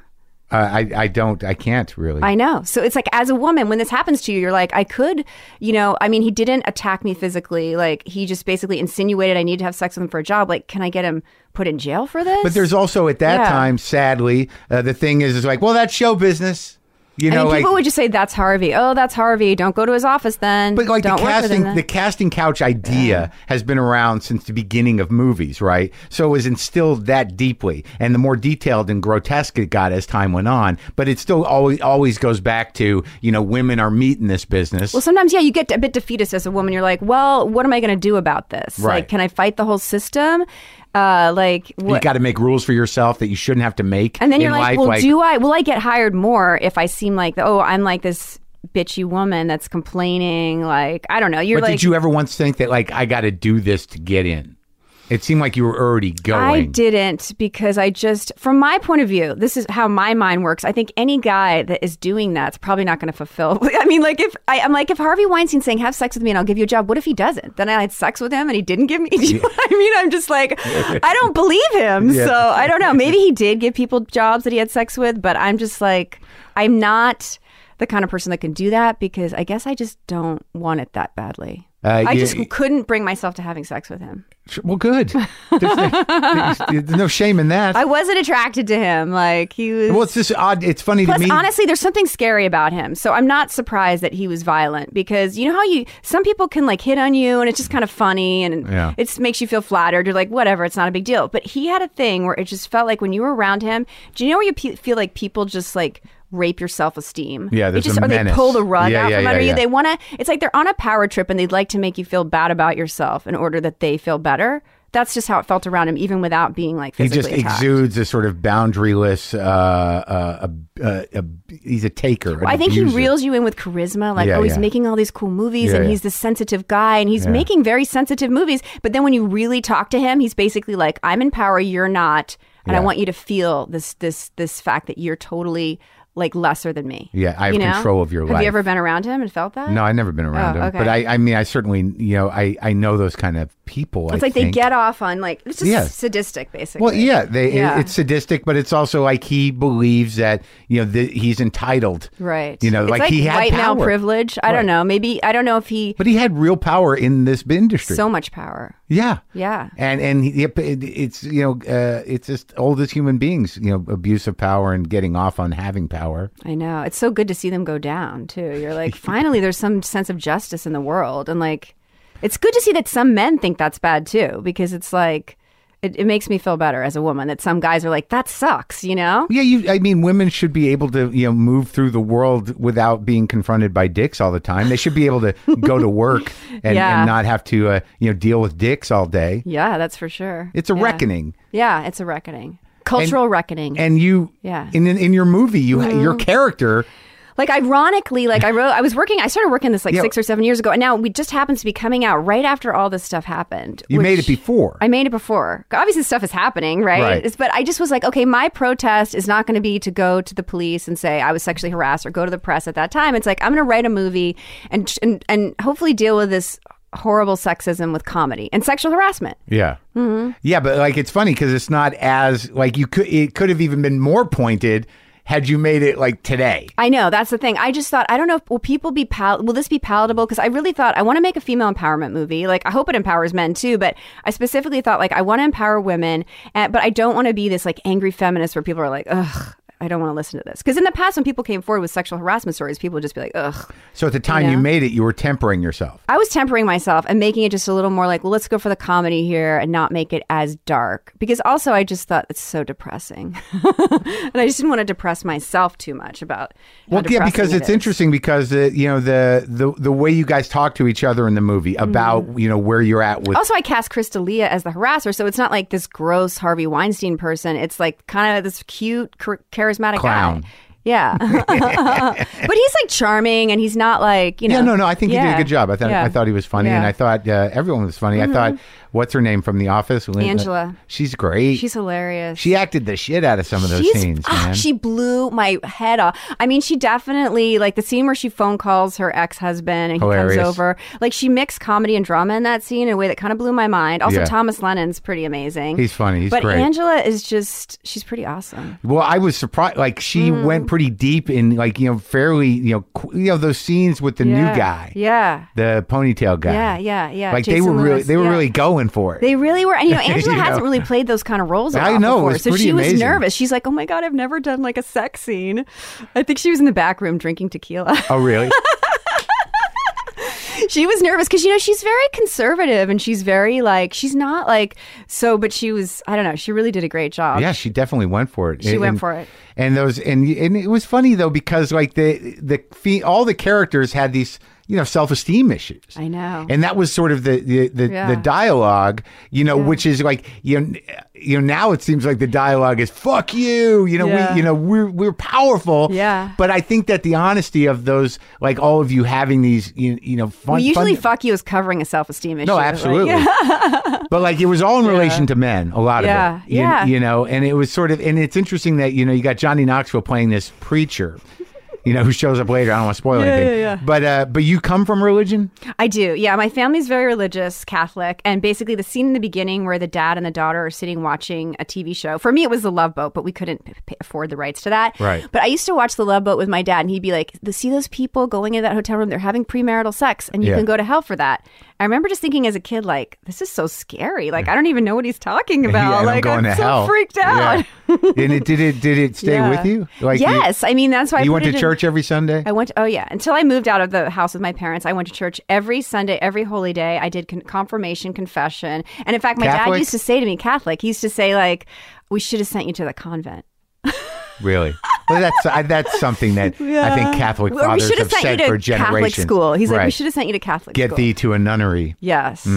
Uh, I, I don't, I can't really. I know. So it's like, as a woman, when this happens to you, you're like, I could, you know, I mean, he didn't attack me physically. Like, he just basically insinuated I need to have sex with him for a job. Like, can I get him put in jail for this? but there's also at that Yeah. time, sadly, uh, the thing is, is like, well, that's show business. You I know, mean, like, people would just say, that's Harvey. Oh, that's Harvey. Don't go to his office then. But like Don't the work with him casting, then." the casting couch idea has been around since the beginning of movies, right? So it was instilled that deeply, and the more detailed and grotesque it got as time went on, but it still always always goes back to you know women are meat in this business. Well, sometimes, yeah, you get a bit defeatist as a woman. You're like, well, what am I going to do about this? Right. Like, can I fight the whole system? Uh, like, you what? got to make rules for yourself that you shouldn't have to make. and then you're in like, life, well, do I? Will I get hired more if I seem like, oh, I'm like this bitchy woman that's complaining? Like, I don't know. You're But like, did you ever once think that like I got to do this to get in? It seemed like you were already I going. didn't because I just, from my point of view, this is how my mind works. I think any guy that is doing that's probably not going to fulfill. I mean, like if I, I'm like if Harvey Weinstein's saying have sex with me and I'll give you a job, what if he doesn't? Then I had sex with him and he didn't give me. Do you know what I mean? I'm just like I don't believe him. So I don't know. Maybe he did give people jobs that he had sex with, but I'm just like I'm not the kind of person that can do that because I guess I just don't want it that badly. Uh, I you- just couldn't bring myself to having sex with him. well, good. There's, no- there's no shame in that. I wasn't attracted to him. Like he was. well, it's just odd. It's funny Plus, to me. honestly, there's something scary about him. So I'm not surprised that he was violent because you know how you some people can like hit on you and it's just kind of funny and Yeah. it just makes you feel flattered. You're like, whatever, it's not a big deal. But he had a thing where it just felt like when you were around him, do you know where you pe- feel like people just like rape your self esteem? Yeah, there's they just a or they menace. pull the rug Yeah, out yeah, from yeah, under yeah. you. They want to. It's like they're on a power trip and they'd like to make you feel bad about yourself in order that they feel better. That's just how it felt around him, even without being like he physically just attacked. exudes a sort of boundaryless. Uh, uh, uh, uh, uh, he's a taker. an I think abuser. he reels you in with charisma, like Yeah, oh, he's yeah. making all these cool movies, Yeah, and yeah. he's this sensitive guy, and he's making very sensitive movies. But then when you really talk to him, he's basically like, "I'm in power, you're not, and I Yeah. want you to feel this this this fact that you're totally like lesser than me." Yeah, I have You know? control of your Have life. you ever been around him and felt that? No, I've never been around Oh, him, okay. but I, I mean, I certainly, you know, I, I know those kind of people. it's I like they think. get off on like it's just Yeah. sadistic, basically. Well, yeah, they, it- Yeah. it's sadistic, but it's also like he believes that you know th- he's entitled, right. You know, It's like, like, he had white male power. privilege. I Right. don't know. Maybe I don't know if he But he had real power in this industry. so much power. yeah, Yeah. and and he, yep, it- it's you know uh, it's just old as human beings, you know, abuse of power and getting off on having power. I know. It's so good to see them go down too. You're like, finally there's some sense of justice in the world and like it's good to see that some men think that's bad too, because it's like it, it makes me feel better as a woman that some guys are like, That sucks, you know? Yeah, you. I mean, women should be able to you know move through the world without being confronted by dicks all the time. They should be able to go to work and, Yeah. and not have to uh, you know deal with dicks all day. Yeah, that's for sure. It's a Yeah. reckoning. Yeah, it's a reckoning. Cultural reckoning. And you, Yeah. Mm-hmm. in in your movie, you your character like ironically like i wrote i was working i started working this like Yeah. six or seven years ago and now we just happens to be coming out right after all this stuff happened You made which- it before. i made it before obviously stuff is happening right, Right. It's- but i just was like okay my protest is not going to be to go to the police and say i was sexually harassed or go to the press at that time it's like i'm going to write a movie and, and and hopefully deal with this horrible sexism with comedy and sexual harassment Yeah. Mm-hmm. Yeah, but like it's funny because it's not as like you could. It could have even been more pointed had you made it like today. I know that's the thing. I just thought I don't know. If, will people be pal? Will this be palatable? Because I really thought I want to make a female empowerment movie. Like I hope it empowers men too, but I eh, specifically thought like I want to empower women, and, but I don't want to be this like angry feminist where people are like, ugh. I don't want to listen to this. Because in the past, when people came forward with sexual harassment stories, people would just be like, ugh. So at the time you know? made it, you were tempering yourself. I was tempering myself and making it just a little more like, well, let's go for the comedy here and not make it as dark. Because also, I just thought it's so depressing. and I just didn't want to depress myself too much about. how Well, yeah, depressing because it it's is. interesting because the you know the, the the way you guys talk to each other in the movie Mm-hmm. about you know where you're at with Also, I cast Crystalia as the harasser, so it's not like this gross Harvey Weinstein person. It's like kind of this cute, char- charismatic Clown. guy. Yeah, but he's like charming, and he's not like you know. Yeah, no, no. I think he did Yeah. a good job. I thought Yeah. I thought he was funny, and Yeah. Mm-hmm. I thought uh, everyone was funny. I thought what's her name from The Office, Lin- Angela. she's great. she's hilarious. she acted the shit out of some of those She's- scenes, ah, man. she blew my head off. I mean, she definitely like the scene where she phone calls her ex husband and he Hilarious. comes over. Like she mixed comedy and drama in that scene in a way that kind of blew my mind. Also, Yeah. Thomas Lennon's pretty amazing. He's funny. He's but great. Angela is just she's pretty awesome. well, I was surprised. Like she Mm. went pretty deep in, like you know, fairly, you know, qu- you know those scenes with the yeah. new guy, Yeah. the ponytail guy. Yeah, yeah, yeah. Like they Jason were really, Lewis, they were yeah. really going for it. They really were, and you know, Angela You know? hasn't really played those kind of roles. a I lot know, it before, was so pretty she was amazing. nervous. She's like, "Oh my god, I've never done like a sex scene." I think she was in the back room drinking tequila. oh, really? she was nervous because you know she's very conservative and she's very like she's not like so but she was i don't know she really did a great job Yeah, she definitely went for it. She And- went and- for it. And those and and it was funny though because like the the fe- all the characters had these you know self esteem issues. I know. And that was sort of the the the, Yeah. the dialogue, you know, which is like you know, you know now it seems like the dialogue is fuck you, you know, Yeah. we you know we're we're powerful. Yeah. But I think that the honesty of those like all of you having these you, you know fun we usually fun, fuck you is covering a self-esteem issue no, Like, absolutely. yeah. but like it was all in relation to men, a lot Yeah, of it. You, yeah. You know, and it was sort of, and it's interesting that, you know, you got Johnny Knoxville playing this preacher. You know who shows up later? I don't want to spoil anything. yeah, yeah. But uh, but you come from religion. I do. Yeah, my family's very religious, Catholic, and basically the scene in the beginning where the dad and the daughter are sitting watching a TV show. For me, it was The Love Boat, but we couldn't p- p- afford the rights to that. Right. But I used to watch The Love Boat with my dad, and he'd be like, "The- "See those people going into that hotel room? They're having premarital sex, and you Yeah. can go to hell for that." I remember just thinking as a kid, like, "This is so scary. Like, I don't even know what he's talking about. Yeah, and like, I'm going to so hell. freaked out." Yeah. and it did it did it stay Yeah. with you? Like you- yes, I mean that's why You, I put went it to in- church every Sunday. I went. Oh yeah. Until I moved out of the house with my parents, I went to church every Sunday, every holy day. I did con- confirmation, confession, and in fact, my Catholic? dad used to say to me, Catholic. He used to say like, "We should have sent you to the convent." really? Well, that's I, that's something that I think Catholic Or we fathers should have have sent you said to for Catholic generations. school. He's like, Right. "We should have sent you to Catholic get Mm-hmm. school." thee to a nunnery. yes.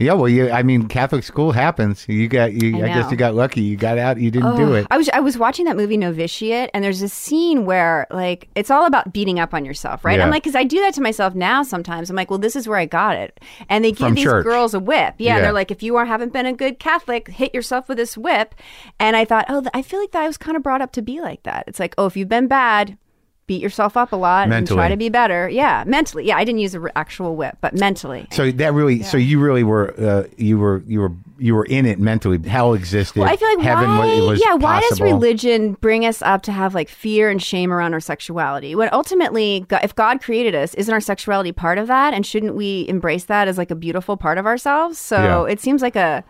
Yeah, well, you, I mean, Catholic school happens. You got, you, I, I guess know. you got lucky. You got out. You didn't do it. I was I was watching that movie Novitiate, and there's this scene where like it's all about beating up on yourself, right? Yeah. I'm like, because I do that to myself now sometimes. I'm like, well, this is where I got it, and they give From these church. girls a whip. Yeah, Yeah. they're like, if you are haven't been a good Catholic, hit yourself with this whip. And I thought, oh, th- I feel like that I was kind of brought up to be like that. It's like, oh, if you've been bad. Beat yourself up a lot Mentally. and try to be better. Yeah, mentally. Yeah, I didn't use an actual whip, but mentally. So that really, so you really were, uh, you were, you were, you were in it mentally. Hell existed. Well, I feel like heaven why, wa- it was yeah, why possible. does religion bring us up to have like fear and shame around our sexuality? When ultimately, Go- if God created us, isn't our sexuality part of that? And shouldn't we embrace that as like a beautiful part of ourselves? So Yeah. it seems like a,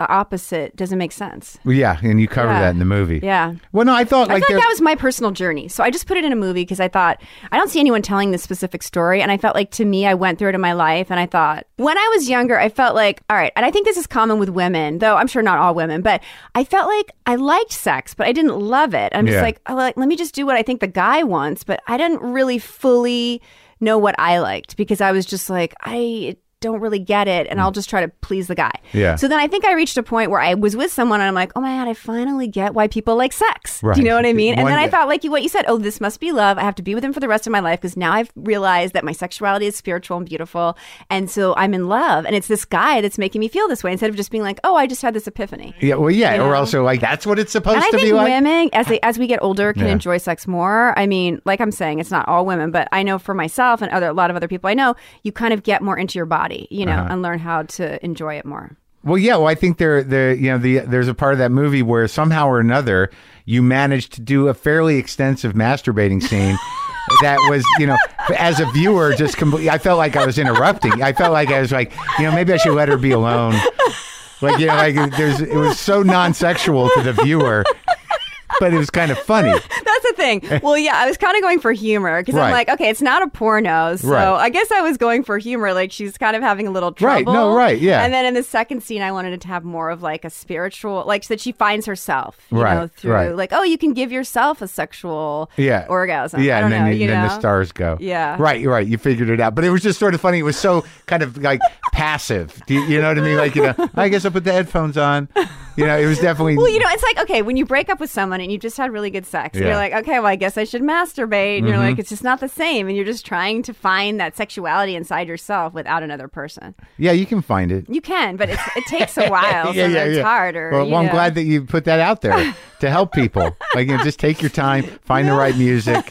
a opposite doesn't make sense. Well, Yeah, and you cover Yeah. that in the movie. Yeah. Well, no, I thought I like, feel there- like that was my personal journey. So I just put it in a movie because I thought, I don't see anyone telling this specific story. And I felt like to me, I went through it in my life and I thought, when I was younger, I felt like, all right, and I think this is common with women, though I'm sure not all women, but I felt like I liked sex, but I didn't love it. I'm Yeah. just like, oh, like, let me just do what I think the guy wants. But I didn't really fully know what I liked because I was just like, I don't really get it and I'll just try to please the guy. Mm. Yeah. So then I think I reached a point where I was with someone and I'm like, oh my God, I finally get why people like sex. Do Right. you know what I mean? And One- then I thought, like you, what you said, oh, this must be love. I have to be with him for the rest of my life because now I've realized that my sexuality is spiritual and beautiful. And so I'm in love. And it's this guy that's making me feel this way instead of just being like, oh, I just had this epiphany. yeah, well, yeah, or know? also like that's what it's supposed And I to be think like. women, as they, as we get older, can Yeah. enjoy sex more. I mean, like I'm saying, it's not all women, but I know for myself and other a lot of other people I know, you kind of get more into your body, you know, Uh-huh. and learn how to enjoy it more. Well, yeah, well, I think there, there, you know, the there's a part of that movie where somehow or another you managed to do a fairly extensive masturbating scene. That was, you know, as a viewer, just completely. I felt like I was interrupting. I felt like I was like, you know, maybe I should let her be alone. Like, you know, like there's, it was so non-sexual to the viewer. but it was kind of funny. That's the thing. Well, yeah, I was kind of going for humor because Eh. Right. I'm like, okay, it's not a porno, so Right. I guess I was going for humor. Like she's kind of having a little Right, trouble. no, right, yeah. And then in the second scene, I wanted it to have more of like a spiritual, like so that she finds herself, you Right, know, through right. like, oh, you can give yourself a sexual Yeah. orgasm. Yeah, I don't and then, know, the, you then know? the stars go. Yeah. Right, you're right. You figured it out. But it was just sort of funny. It was so kind of like passive. Do you, you know what I mean? Like, you know, I guess I'll put the headphones on. You know, it was definitely. Well, you know, it's like okay, when you break up with someone and you just had really good sex, Yeah. Mm-hmm. you're like, okay, well, I guess I should masturbate. And you're like, it's just not the same, and you're just trying to find that sexuality inside yourself without another person. yeah, you can find it. You can, but it's, it takes a while. yeah, so yeah, it's yeah. harder. Well, you well, I'm know. glad that you put that out there to help people. Like, you know, just take your time, find the right music.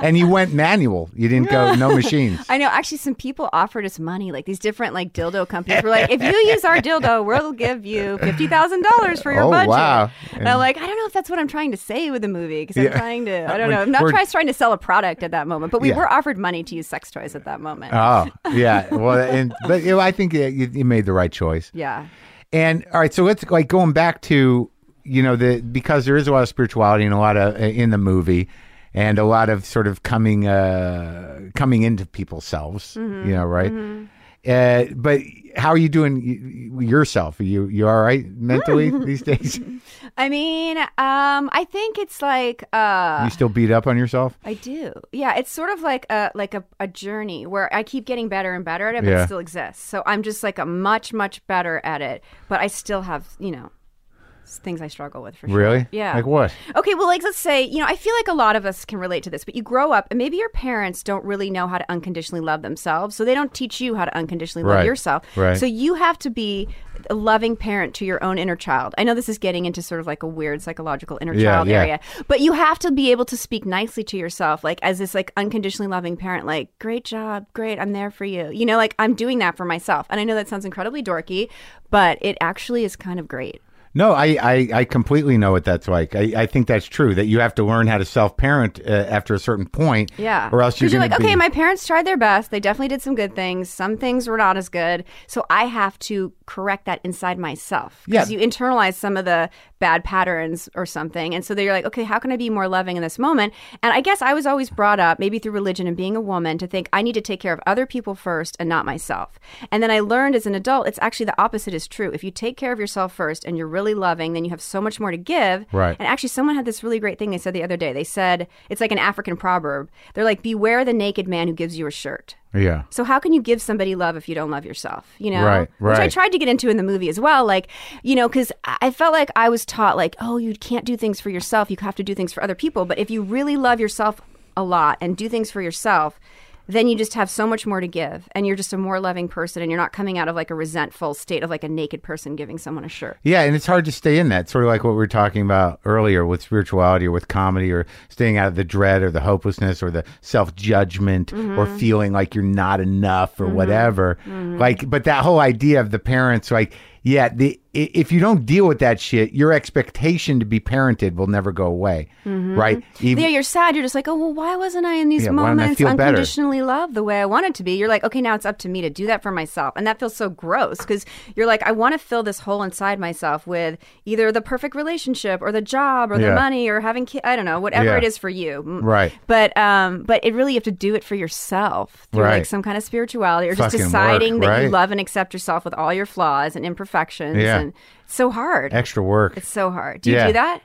and you went manual. You didn't go no machines. I know. Actually, some people offered us money, like these different like dildo companies. Were like, if you use our dildo, we'll give you fifty thousand dollars for your Oh, budget. wow. And I'm like, I don't know if that's what I'm trying to say with the movie because I'm Yeah. trying to. I don't We're- know. I'm not we're- trying, trying to sell a product at that moment, but we Yeah. were offered money to use sex toys at that moment. Oh, yeah. Well, and but you know, I think uh, you, you made the right choice. yeah. And all right, so let's like going back to you know the because there is a lot of spirituality and a lot of uh, in the movie, and a lot of sort of coming uh coming into people's selves, Mm-hmm. you know, right? Uh, but how are you doing y- y- yourself? Are you you all right mentally these days? I mean, um, I think it's like uh, You still beat up on yourself? I do. Yeah, it's sort of like a like a, a journey where I keep getting better and better at it, but Yeah. it still exists. So I'm just like a much much better at it, but I still have you know s- things I struggle with for sure. Really? Yeah. Like what? Okay, well, like let's say you know I feel like a lot of us can relate to this, but you grow up and maybe your parents don't really know how to unconditionally love themselves, so they don't teach you how to unconditionally Right. love yourself. Right. So you have to be a loving parent to your own inner child. I know this is getting into sort of like a weird psychological inner Yeah, child yeah. area, but you have to be able to speak nicely to yourself, like as this like unconditionally loving parent, like great job, great, I'm there for you. You know, like I'm doing that for myself, and I know that sounds incredibly dorky, but it actually is kind of great. No, I, I, I completely know what that's like. I, I think that's true that you have to learn how to self parent uh, after a certain point. Yeah. Or else you're, 'Cause you're gonna like, be- okay, my parents tried their best. They definitely did some good things. Some things were not as good. So I have to correct that inside myself. Yeah. Because you internalize some of the bad patterns or something. And so then you're like, okay, how can I be more loving in this moment? And I guess I was always brought up, maybe through religion and being a woman, to think I need to take care of other people first and not myself. And then I learned as an adult, it's actually the opposite is true. If you take care of yourself first and you're really loving, then you have so much more to give. Right. And actually, someone had this really great thing they said the other day. They said, it's like an African proverb. They're like, beware the naked man who gives you a shirt. yeah. So how can you give somebody love if you don't love yourself? You know, Right, which I right. tried to get into in the movie as well. Like, you know, because I felt like I was taught like, oh, you can't do things for yourself; you have to do things for other people. But if you really love yourself a lot and do things for yourself, then you just have so much more to give, and you're just a more loving person, and you're not coming out of like a resentful state of like a naked person giving someone a shirt. Yeah, and it's hard to stay in that. Sort of like what we were talking about earlier with spirituality or with comedy or staying out of the dread or the hopelessness or the self judgment or feeling like you're not enough or whatever. Like, but that whole idea of the parents, like, yeah, the i- if you don't deal with that shit, your expectation to be parented will never go away, right? Even, Yeah, you're sad. You're just like, oh well, why wasn't I in these Yeah, why didn't I moments feel better? unconditionally loved the way I wanted to be? You're like, okay, now it's up to me to do that for myself, and that feels so gross because you're like, I want to fill this hole inside myself with either the perfect relationship or the job or Yeah. the money or having kids. I don't know, whatever Yeah. it is for you, Mm. Right. But um, but it really you have to do it for yourself through Right. like some kind of spirituality or Fucking work, just deciding that right? you love and accept yourself with all your flaws and imperfections. Yeah. And it's so hard. extra work. it's so hard. Do you Yeah. do that?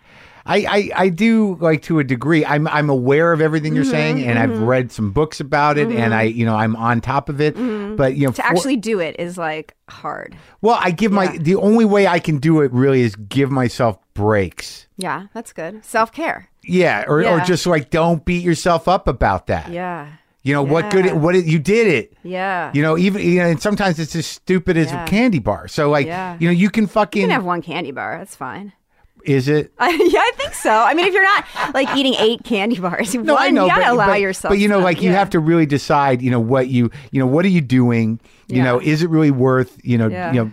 I, I, I do like to a degree. I'm I'm aware of everything Mm-hmm, you're saying, and I've read some books about it, and I you know I'm on top of it. But you know, Mm-hmm. To actually do it is like hard. Well, I give my the only way I can do it really is give myself breaks. Yeah, that's good. Self care. Yeah, or, or Yeah. just like don't beat yourself up about that. Yeah. You know what good it, Yeah. what it, you did it. Yeah. You know even you know and sometimes it's as stupid as Yeah. a candy bar. So like Yeah. you know you can fucking you can have one candy bar. That's fine. is it yeah, I think so. I mean, if you're not like eating eight candy bars, No, one, I know, you gotta but, allow but- yourself. But you know, some. like you Yeah. have to really decide. You know what you you know what are you doing? You Yeah. know, is it really worth you know Yeah. you know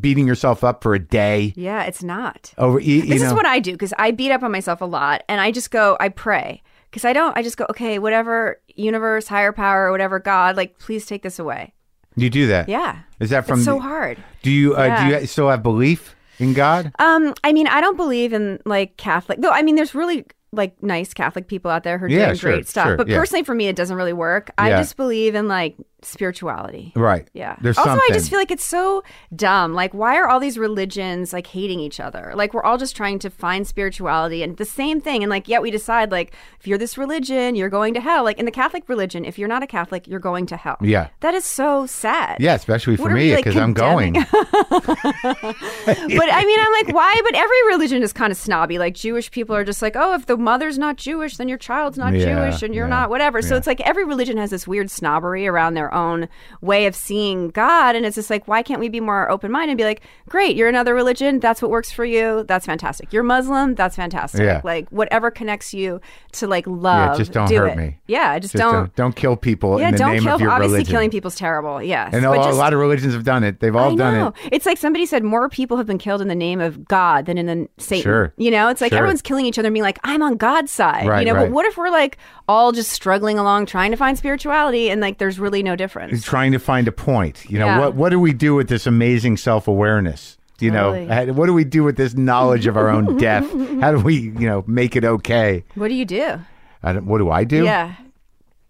beating yourself up for a day Yeah, it's not. over? You, you This know, is what I do because I beat up on myself a lot, and I just go, I pray because I don't. I just go, okay, whatever universe, higher power, whatever God, like, please take this away. you do that. Yeah. Is that from it's so the- hard. Do you uh, do Yeah. you still have belief? in God? Um, I mean, I don't believe in like Catholic. Though I mean, there's really like nice Catholic people out there who are Yeah, doing sure, great stuff. sure, but yeah. personally, for me, it doesn't really work. I Yeah. just believe in like spirituality. Right. Uh, Yeah. There's also, something. I just feel like it's so dumb. Like, why are all these religions like hating each other? Like, we're all just trying to find spirituality and the same thing. And like, yet we decide like, if you're this religion, you're going to hell. Like in the Catholic religion, if you're not a Catholic, you're going to hell. Yeah. That is so sad. yeah, especially for What are me we, like, because I'm condemning? going. but I mean, I'm like, why? But every religion is kind of snobby. Like Jewish people are just like, oh, if the mother's not Jewish, then your child's not Yeah, Jewish, and you're yeah, not whatever. So it's like every religion has this weird snobbery around their own way of seeing God, and it's just like, why can't we be more open minded and be like, great, you're another religion, that's what works for you, that's fantastic. You're Muslim, that's fantastic. Yeah. Like whatever connects you to like love. just don't do hurt it. me. Yeah, just, Just uh, don't, don't, don't kill people Yeah, in the don't name kill. of your Obviously, religion. killing people's terrible. Yes, and a, but a just- lot of religions have done it. They've all I done know. it. It's like somebody said, more people have been killed in the name of God than in the Satan. Sure. You know, it's like Sure. everyone's killing each other and being like, I'm on God's side. Right, you know, right. but what if we're like all just struggling along trying to find spirituality and like there's really no difference? Trying to find a point. You know, Yeah. what what do we do with this amazing self awareness? You know, Totally. How- what do we do with this knowledge of our own death? How do we, you know, make it okay? What do you do? I don't, what do I do? Yeah.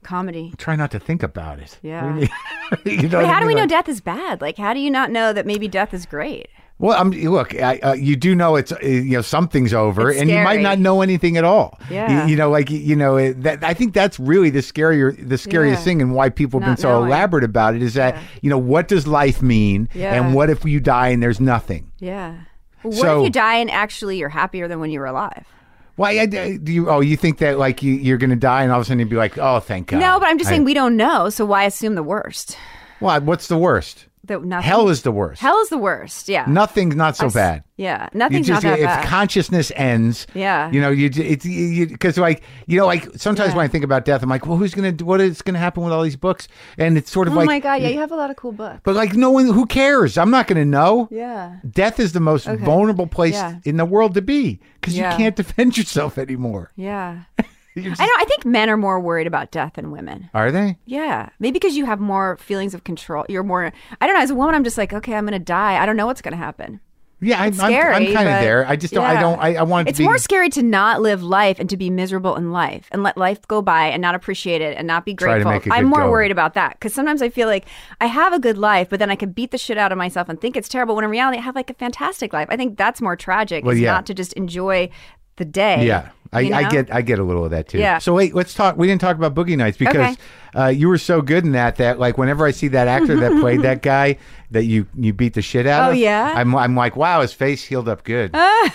Comedy. Try not to think about it. Yeah. you know But what how I do we mean? know Like- death is bad? Like, how do you not know that maybe death is great? Well, I'm, look, I, uh, you do know it's uh, you know something's over, It's and you might scary. not know anything at all. Yeah. you, you know, like you know it- that. I think that's really the scarier, the scariest Yeah. thing, and why people have Not been so knowing. elaborate about it is that you know what does life mean, Yeah. and what if you die and there's nothing? Yeah. What So- if you die and actually you're happier than when you were alive? Why I, do you? Oh, you think that like you, you're going to die, and all of a sudden you'd be like, oh, thank God. no, but I'm just I- saying we don't know, so why assume the worst? Why? What's the worst? That nothing, Hell is the worst. hell is the worst. Yeah. Nothing's not so bad. Yeah. You Nothing's just not that if bad. consciousness ends, Yeah. you know, you ju- it's because like you know, like sometimes Yeah. when I think about death, I'm like, well, who's gonna do- what is gonna happen with all these books? And it's sort of Oh like, my god, yeah, you have a lot of cool books. but like no one who cares. I'm not gonna know. Yeah. Death is the most vulnerable place Yeah. in the world to be because Yeah. you can't defend yourself anymore. Yeah. You're just- I know I think men are more worried about death than women. are they? Yeah. Maybe because you have more feelings of control. You're more I don't know, as a woman I'm just like, okay, I'm going to die. I don't know what's going to happen. Yeah, I'm, Scary. I'm, I'm kind of but- there. I just don't. I yeah. don't. I, I want it It's to be. more scary to not live life and to be miserable in life and let life go by and not appreciate it and not be Try to grateful. make a I'm good more go. worried about that because sometimes I feel like I have a good life, but then I can beat the shit out of myself and think it's terrible. When in reality, I have like a fantastic life. I think that's more tragic. Well, is yeah. not to just enjoy the day. Yeah. I, you I know? get I get a little of that too. Yeah. So wait, let's talk. We didn't talk about Boogie Nights because uh, you were so good in that that like whenever I see that actor that played that guy that you you beat the shit out Oh, of. yeah? Oh. I'm I'm like wow, his face healed up good. That's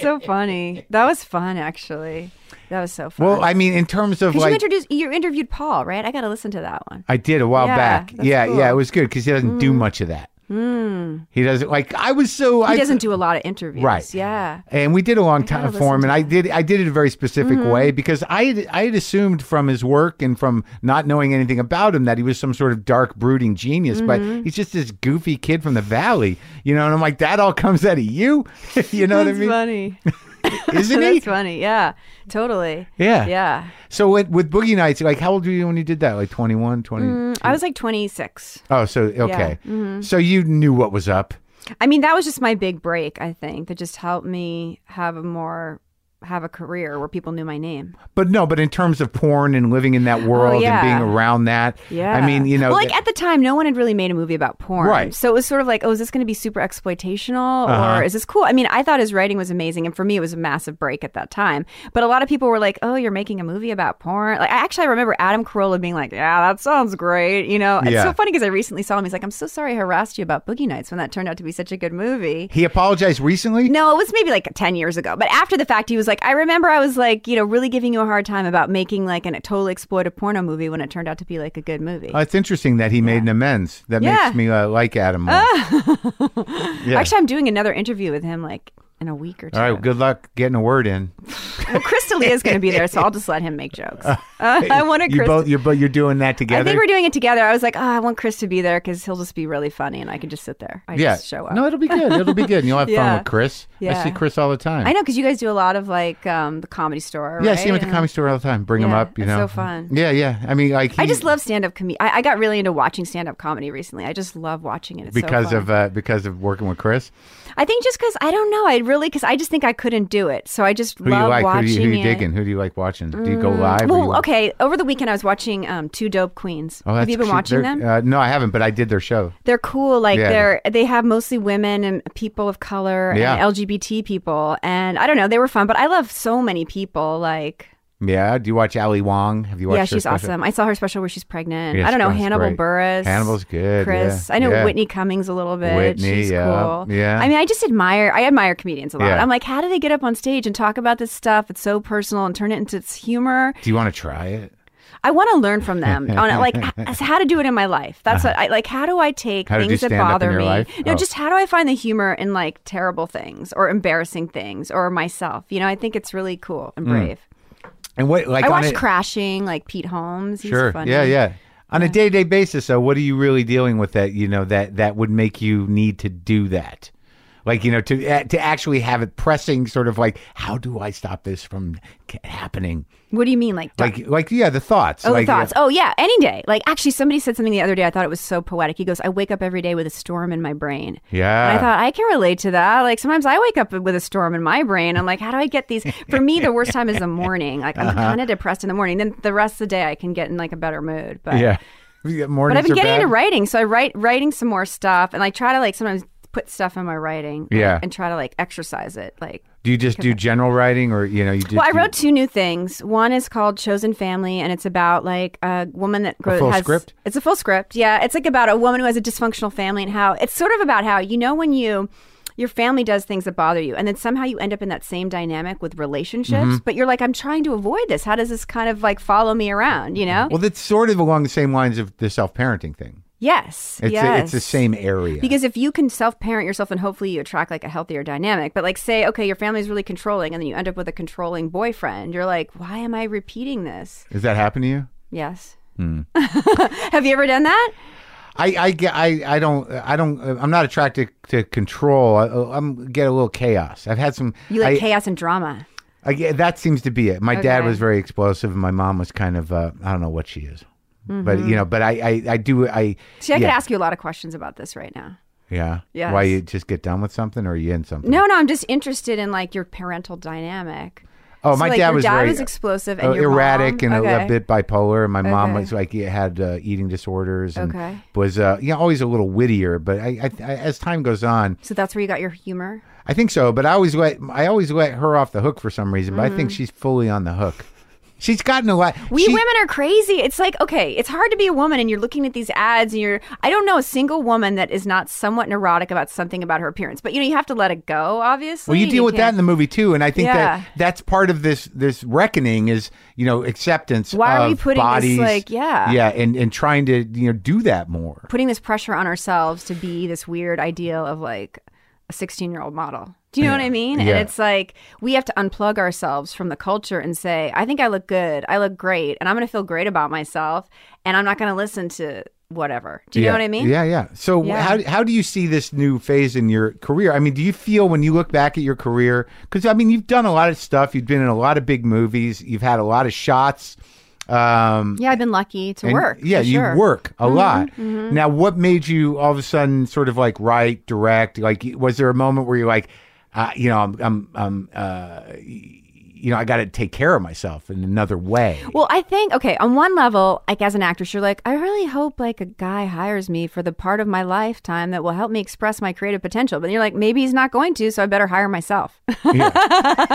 so funny. That was fun, actually. That was so fun. well, I mean, in terms of 'Cause like. you introduced, you interviewed Paul, right? I got to listen to that one. I did a while Yeah, back. that's Yeah, cool. Mm. yeah, it was good because he doesn't do much of that. He doesn't like. I was so. He I, doesn't do a lot of interviews. Right. Yeah. and we did a long gotta time listen for him, to Mm-hmm. and I did I did it a very specific way because I had, I had assumed from his work and from not knowing anything about him that he was some sort of dark brooding genius, but Mm-hmm. he's just this goofy kid from the valley, you know. And I'm like, that all comes out of you, you know what I That's mean? funny. Isn't he? That's funny. Yeah. Totally. Yeah. Yeah. So with, with Boogie Nights, like, how old were you when you did that? Like 21, 20? I was like 26. Oh, so okay, Mm-hmm. so you knew what was up. I mean, that was just my big break, I think, that just helped me have a more have a career where people knew my name. But no, but in terms of porn and living in that world Oh, yeah. and being around that, Yeah. I mean, you know, Well, like th- at the time, no one had really made a movie about porn. Right. Uh-huh. So it was sort of like, oh, is this going to be super exploitational or is this cool? I mean, I thought his writing was amazing. And for me, it was a massive break at that time. But a lot of people were like, oh, you're making a movie about porn. Like, I actually I remember Adam Carolla being like, yeah, that sounds great. You know, it's Yeah. so funny because I recently saw him. He's like, I'm so sorry I harassed you about Boogie Nights when that turned out to be such a good movie. he apologized recently. No, it was maybe like 10 years ago. But after the fact, he was like, I remember I was like, you know, really giving you a hard time about making like an, a totally exploited porno movie when it turned out to be like a good movie. Oh, it's interesting that he made an amends. That Yeah. Ah. makes me uh, like Adam more. yeah. Actually, I'm doing another interview with him like in a week or two. All right. Well, good luck getting a word in. Well, Chris D'Elia is going to be there, so I'll just let him make jokes. Uh, I wanted You Chris. both, you're, but you're doing that together. I think we're doing it together. I was like, oh, I want Chris to be there because he'll just be really funny, and I can just sit there. I yeah. just show up. No, it'll be good. It'll be good. And you'll have fun Yeah. with Chris. I Yeah. see Chris all the time. I know because you guys do a lot of like um, the comedy store. Yeah, right? see him at the And- comedy store all the time. Bring him Yeah, up. You it's know. so fun. Yeah, yeah. I mean, like I he- just love stand up comedy. I, I got really into watching stand up comedy recently. I just love watching it. It's so because fun. of uh, because of working with Chris. I think just because I don't know. I really because I just think I couldn't do it. So I just Who do love you like? Who do watching you, who you it. Mm, digging? Who do you like watching? Do you go live? or Well, you- okay. Over the weekend, I was watching um, Two Dope Queens. Oh, Have that's you been cute. watching They're- them? Uh, no, I haven't, but I did their show. they're cool. Like Yeah. they're they have mostly women and people of color Yeah. and LGBT people. And I don't know, they were fun. But I love so many people. Like Yeah. Do you watch Ali Wong? Have you watched? yeah, her she's special? awesome. I saw her special where she's pregnant. Yeah, I don't know she's Hannibal great. Burris. Hannibal's good, Chris. yeah, I know yeah. Whitney Cummings a little bit. Whitney, she's yeah, cool. yeah. I mean, I just admire. I admire comedians a lot. Yeah. I'm like, how do they get up on stage and talk about this stuff? It's so personal and turn it into its humor. Do you want to try it? I want to learn from them on it, like h- how to do it in my life. That's what I like. How do I take Uh-huh. How to do things that stand-up in bother your me? life? No, Oh. just how do I find the humor in like terrible things or embarrassing things or myself? You know, I think it's really cool and brave. And what Mm. like I on watched a- Crashing, like Pete Holmes. He's Sure. funny. Yeah, yeah. On a day to day basis, though, what are you really dealing with that you know that that would make you need to do that? Like you know to uh, to actually have it pressing, sort of like how do I stop this from ca- happening? What do you mean, like? dark- Like like yeah, the thoughts. Oh, like, the thoughts. Oh, yeah. Any day. Like, actually, somebody said something the other day. I thought it was so poetic. He goes, "I wake up every day with a storm in my brain." Yeah. And Oh, I thought I can relate to that. Like sometimes I wake up with a storm in my brain. I'm like, how do I get these? For me, the worst time is the morning. Like I'm Uh-huh. kind of depressed in the morning. Then the rest of the day, I can get in like a better mood. But yeah. Yeah, but Mornings I've been are getting bad. into writing, so I write writing some more stuff, and I try to like sometimes put stuff in my writing. like, Yeah. And try to like exercise it, like. Do you just do general writing, or you know you do? Well, I do- wrote two new things. One is called Chosen Family, and it's about like a woman that grows. full has, script? It's a full script. Yeah, it's like about a woman who has a dysfunctional family and how it's sort of about how you know when you. Your family does things that bother you, and then somehow you end up in that same dynamic with relationships. Mm-hmm. But you're like, I'm trying to avoid this. How does this kind of like follow me around? You know? Well, that's sort of along the same lines of the self parenting thing. yes. It's yes. a, it's the same area. Because if you can self parent yourself and hopefully you attract like a healthier dynamic, but like say, okay, your family's really controlling and then you end up with a controlling boyfriend, you're like, why am I repeating this? Does that happen to you? Yes. Hmm. Have you ever done that? I, I, get- I, I don't I don't I'm not attracted to control. I, I'm get a little chaos. I've had some. You like I- chaos and drama. I, yeah, that seems to be it. My dad Okay. was very explosive, and my mom was kind of uh, I don't know what she is, but Mm-hmm. you know, but I I, I do I See, I yeah. could ask you a lot of questions about this right now. yeah Yes. why you just get done with something or are you in something? No, no, I'm just interested in like your parental dynamic. Oh, So, my like, dad your was dad very was explosive uh, and your erratic mom- and a- a, okay. bit bipolar, and my mom Okay. was like yeah, had uh, eating disorders and Okay. was uh, you know always a little wittier. But I, I, I as time goes on, So that's where you got your humor. I think so, but I always let I always let her off the hook for some reason. But I think she's fully on the hook. She's gotten a lot. Mm-hmm. We she- women are crazy. It's like, okay, it's hard to be a woman and you're looking at these ads and you're I don't know a single woman that is not somewhat neurotic about something about her appearance. But you know, you have to let it go, obviously. Well, you deal with that in the movie too, and I think Yeah. that that's part of this this reckoning is you know acceptance. Why are of we putting this, bodies, like, yeah. yeah, and and trying to you know do that more. putting this pressure on ourselves to be this weird ideal of like a 16 year old model. Do you know what I mean? Yeah. And it's like we have to unplug ourselves from the culture and say, I think I look good. I look great. And I'm going to feel great about myself. And I'm not going to listen to whatever. Do you yeah. know what I mean? Yeah, yeah. So Yeah. how how do you see this new phase in your career? I mean, do you feel when you look back at your career because I mean you've done a lot of stuff, you've been in a lot of big movies, you've had a lot of shots. Um, Yeah, I've been lucky to And, work. Yeah, for you sure. Mm-hmm, work a lot. Now, what made you all of a sudden sort of like write, direct? Like, was there a moment where you're like, uh, you know, I'm, I'm, I'm uh, y- you know, I got to take care of myself in another way. Well, I think okay. On one level, like as an actress, you're like, I really hope like a guy hires me for the part of my lifetime that will help me express my creative potential. But you're like, maybe he's not going to, so I better hire myself.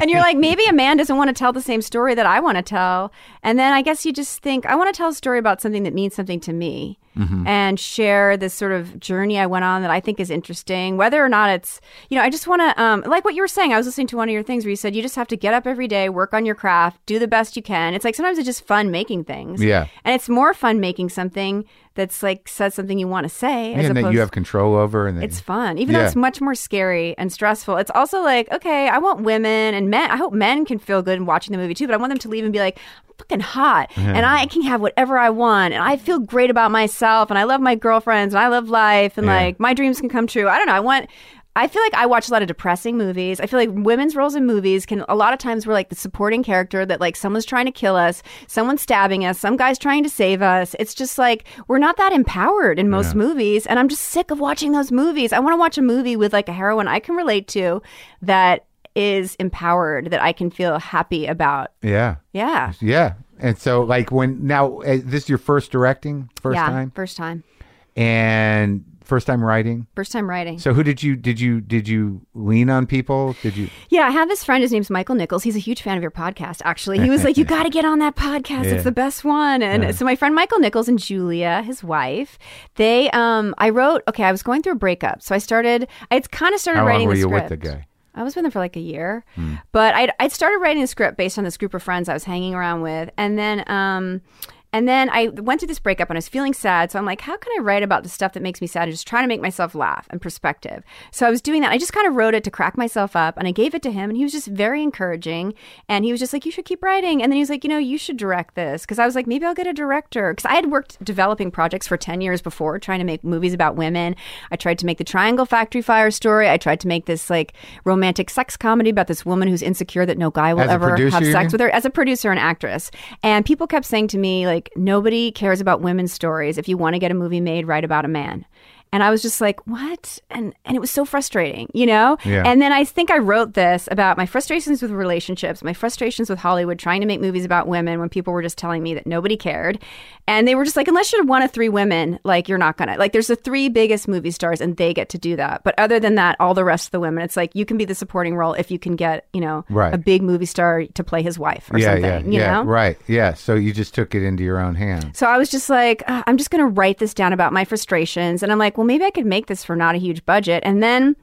and you're like, maybe a man doesn't want to tell the same story that I want to tell. And then I guess you just think, I want to tell a story about something that means something to me Mm-hmm. and share this sort of journey I went on that I think is interesting, whether or not it's, you know, I just want to, um, like what you were saying, I was listening to one of your things where you said you just have to get up every day, work on your craft, do the best you can. It's like sometimes it's just fun making things. Yeah. And it's more fun making something that's like says something you want to say. and that opposed- you have control over, and that it's fun, even though Yeah. it's much more scary and stressful. It's also like, okay, I want women and men. I hope men can feel good in watching the movie too, but I want them to leave and be like, I'm fucking hot, and I can have whatever I want, and I feel great about myself, and I love my girlfriends, and I love life, and Yeah. like my dreams can come true. I don't know. I want. I feel like I watch a lot of depressing movies. I feel like women's roles in movies can a lot of times we're like the supporting character that like someone's trying to kill us, someone's stabbing us, some guy's trying to save us. It's just like we're not that empowered in most movies and I'm just sick of watching those movies. I want to watch a movie with like a heroine I can relate to that is empowered that I can feel happy about. yeah, Yeah. yeah. And so, like when now, uh, this is your first directing, first yeah. time, First time. and first time writing. First time writing. So who did you did you did you lean on people? Did you? Yeah, I have this friend. His name's Michael Nichols. He's a huge fan of your podcast, actually. He was like, You got to get on that podcast. Yeah. It's the best one. And so, my friend Michael Nichols and Julia, his wife, they, um, I wrote, okay, I was going through a breakup. So, I started, I had kind of started How long writing were the you script. with the guy? I was with him for like a year, but I'd, I'd started writing the script based on this group of friends I was hanging around with, and then um, and then I went through this breakup and I was feeling sad, so I'm like, how can I write about the stuff that makes me sad and just trying to make myself laugh and perspective? So I was doing that. I just kind of wrote it to crack myself up, and I gave it to him, and he was just very encouraging, and he was just like, you should keep writing, and then he was like, you know, you should direct this because I was like, maybe I'll get a director because I had worked developing projects for ten years before, trying to make movies about women. I tried to make the Triangle Factory Fire story. I tried to make this like romantic sex comedy about this woman who's insecure that no guy will As a ever producer, have you sex mean? with her as a producer and actress. And people kept saying to me, like, nobody cares about women's stories. If you want to get a movie made, write about a man. And I was just like, what? And and it was so frustrating, you know? Yeah. And then I think I wrote this about my frustrations with relationships, my frustrations with Hollywood, trying to make movies about women when people were just telling me that nobody cared. And they were just like, unless you're one of three women, like you're not gonna like there's the three biggest movie stars and they get to do that. But other than that, all the rest of the women, it's like you can be the supporting role if you can get, you know, Right. a big movie star to play his wife or yeah, yeah, something. you yeah. know? Right. Yeah. So you just took it into your own hands. So I was just like, "Ugh, I'm just going to write this down about my frustrations. And I'm like, well, maybe I could make this for not a huge budget. And then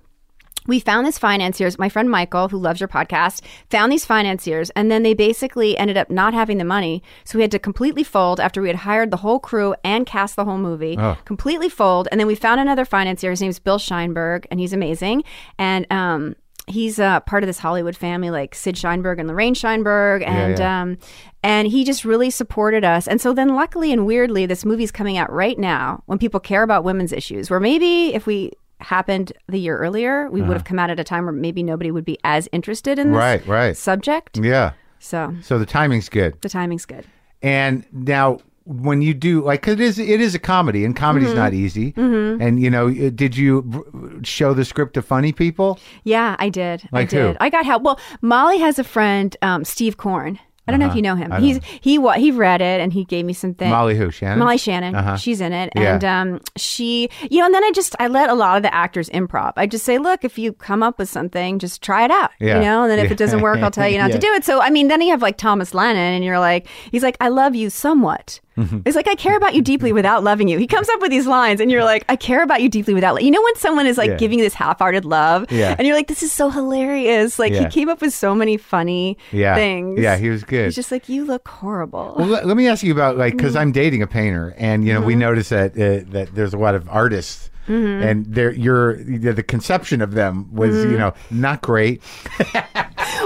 we found this financiers my friend michael who loves your podcast found these financiers and then they basically ended up not having the money so we had to completely fold after we had hired the whole crew and cast the whole movie Oh. completely fold and then we found another financier his name's bill scheinberg and he's amazing and um He's uh, part of this Hollywood family, like Sid Sheinberg and Lorraine Sheinberg, and yeah. Um, and he just really supported us. And so then, luckily and weirdly, this movie's coming out right now when people care about women's issues. Where maybe if we happened the year earlier, we would have come out at a time where maybe nobody would be as interested in this Right. Right. subject. Yeah. So So the timing's good. the timing's good. And now, when you do, like, 'cause it is, it is a comedy, and comedy's Mm-hmm. not easy. And you know, uh, did you b- show the script to funny people? Yeah, I did. Like I did. who? I got help. Well, Molly has a friend, um, Steve Korn. I don't know if you know him. He's he wa- he read it and he gave me some things. Molly who? Shannon. Eh. Molly Shannon. She's in it. Uh-huh. Yeah. And um, she, you know, and then I just, I let a lot of the actors improv. I just say, look, if you come up with something, just try it out, Yeah. you know, and then if Yeah. it doesn't work, I'll tell you not Yeah. to do it. So, I mean, then you have like Thomas Lennon and you're like, he's like, I love you somewhat. Mm-hmm. It's like, I care about you deeply without loving you. He comes up with these lines and you're like, I care about you deeply without, lo-" you know, when someone is like Yeah. giving you this half hearted love Yeah. and you're like, this is so hilarious. Like Yeah. he came up with so many funny Yeah. things. Yeah. He was good. He's just Mm-hmm. like, you look horrible. Well, let, let me ask you about like because I'm dating a painter, and you know Mm-hmm. we notice that uh, that there's a lot of artists, and they're you're the the conception of them was Mm-hmm. you know not great.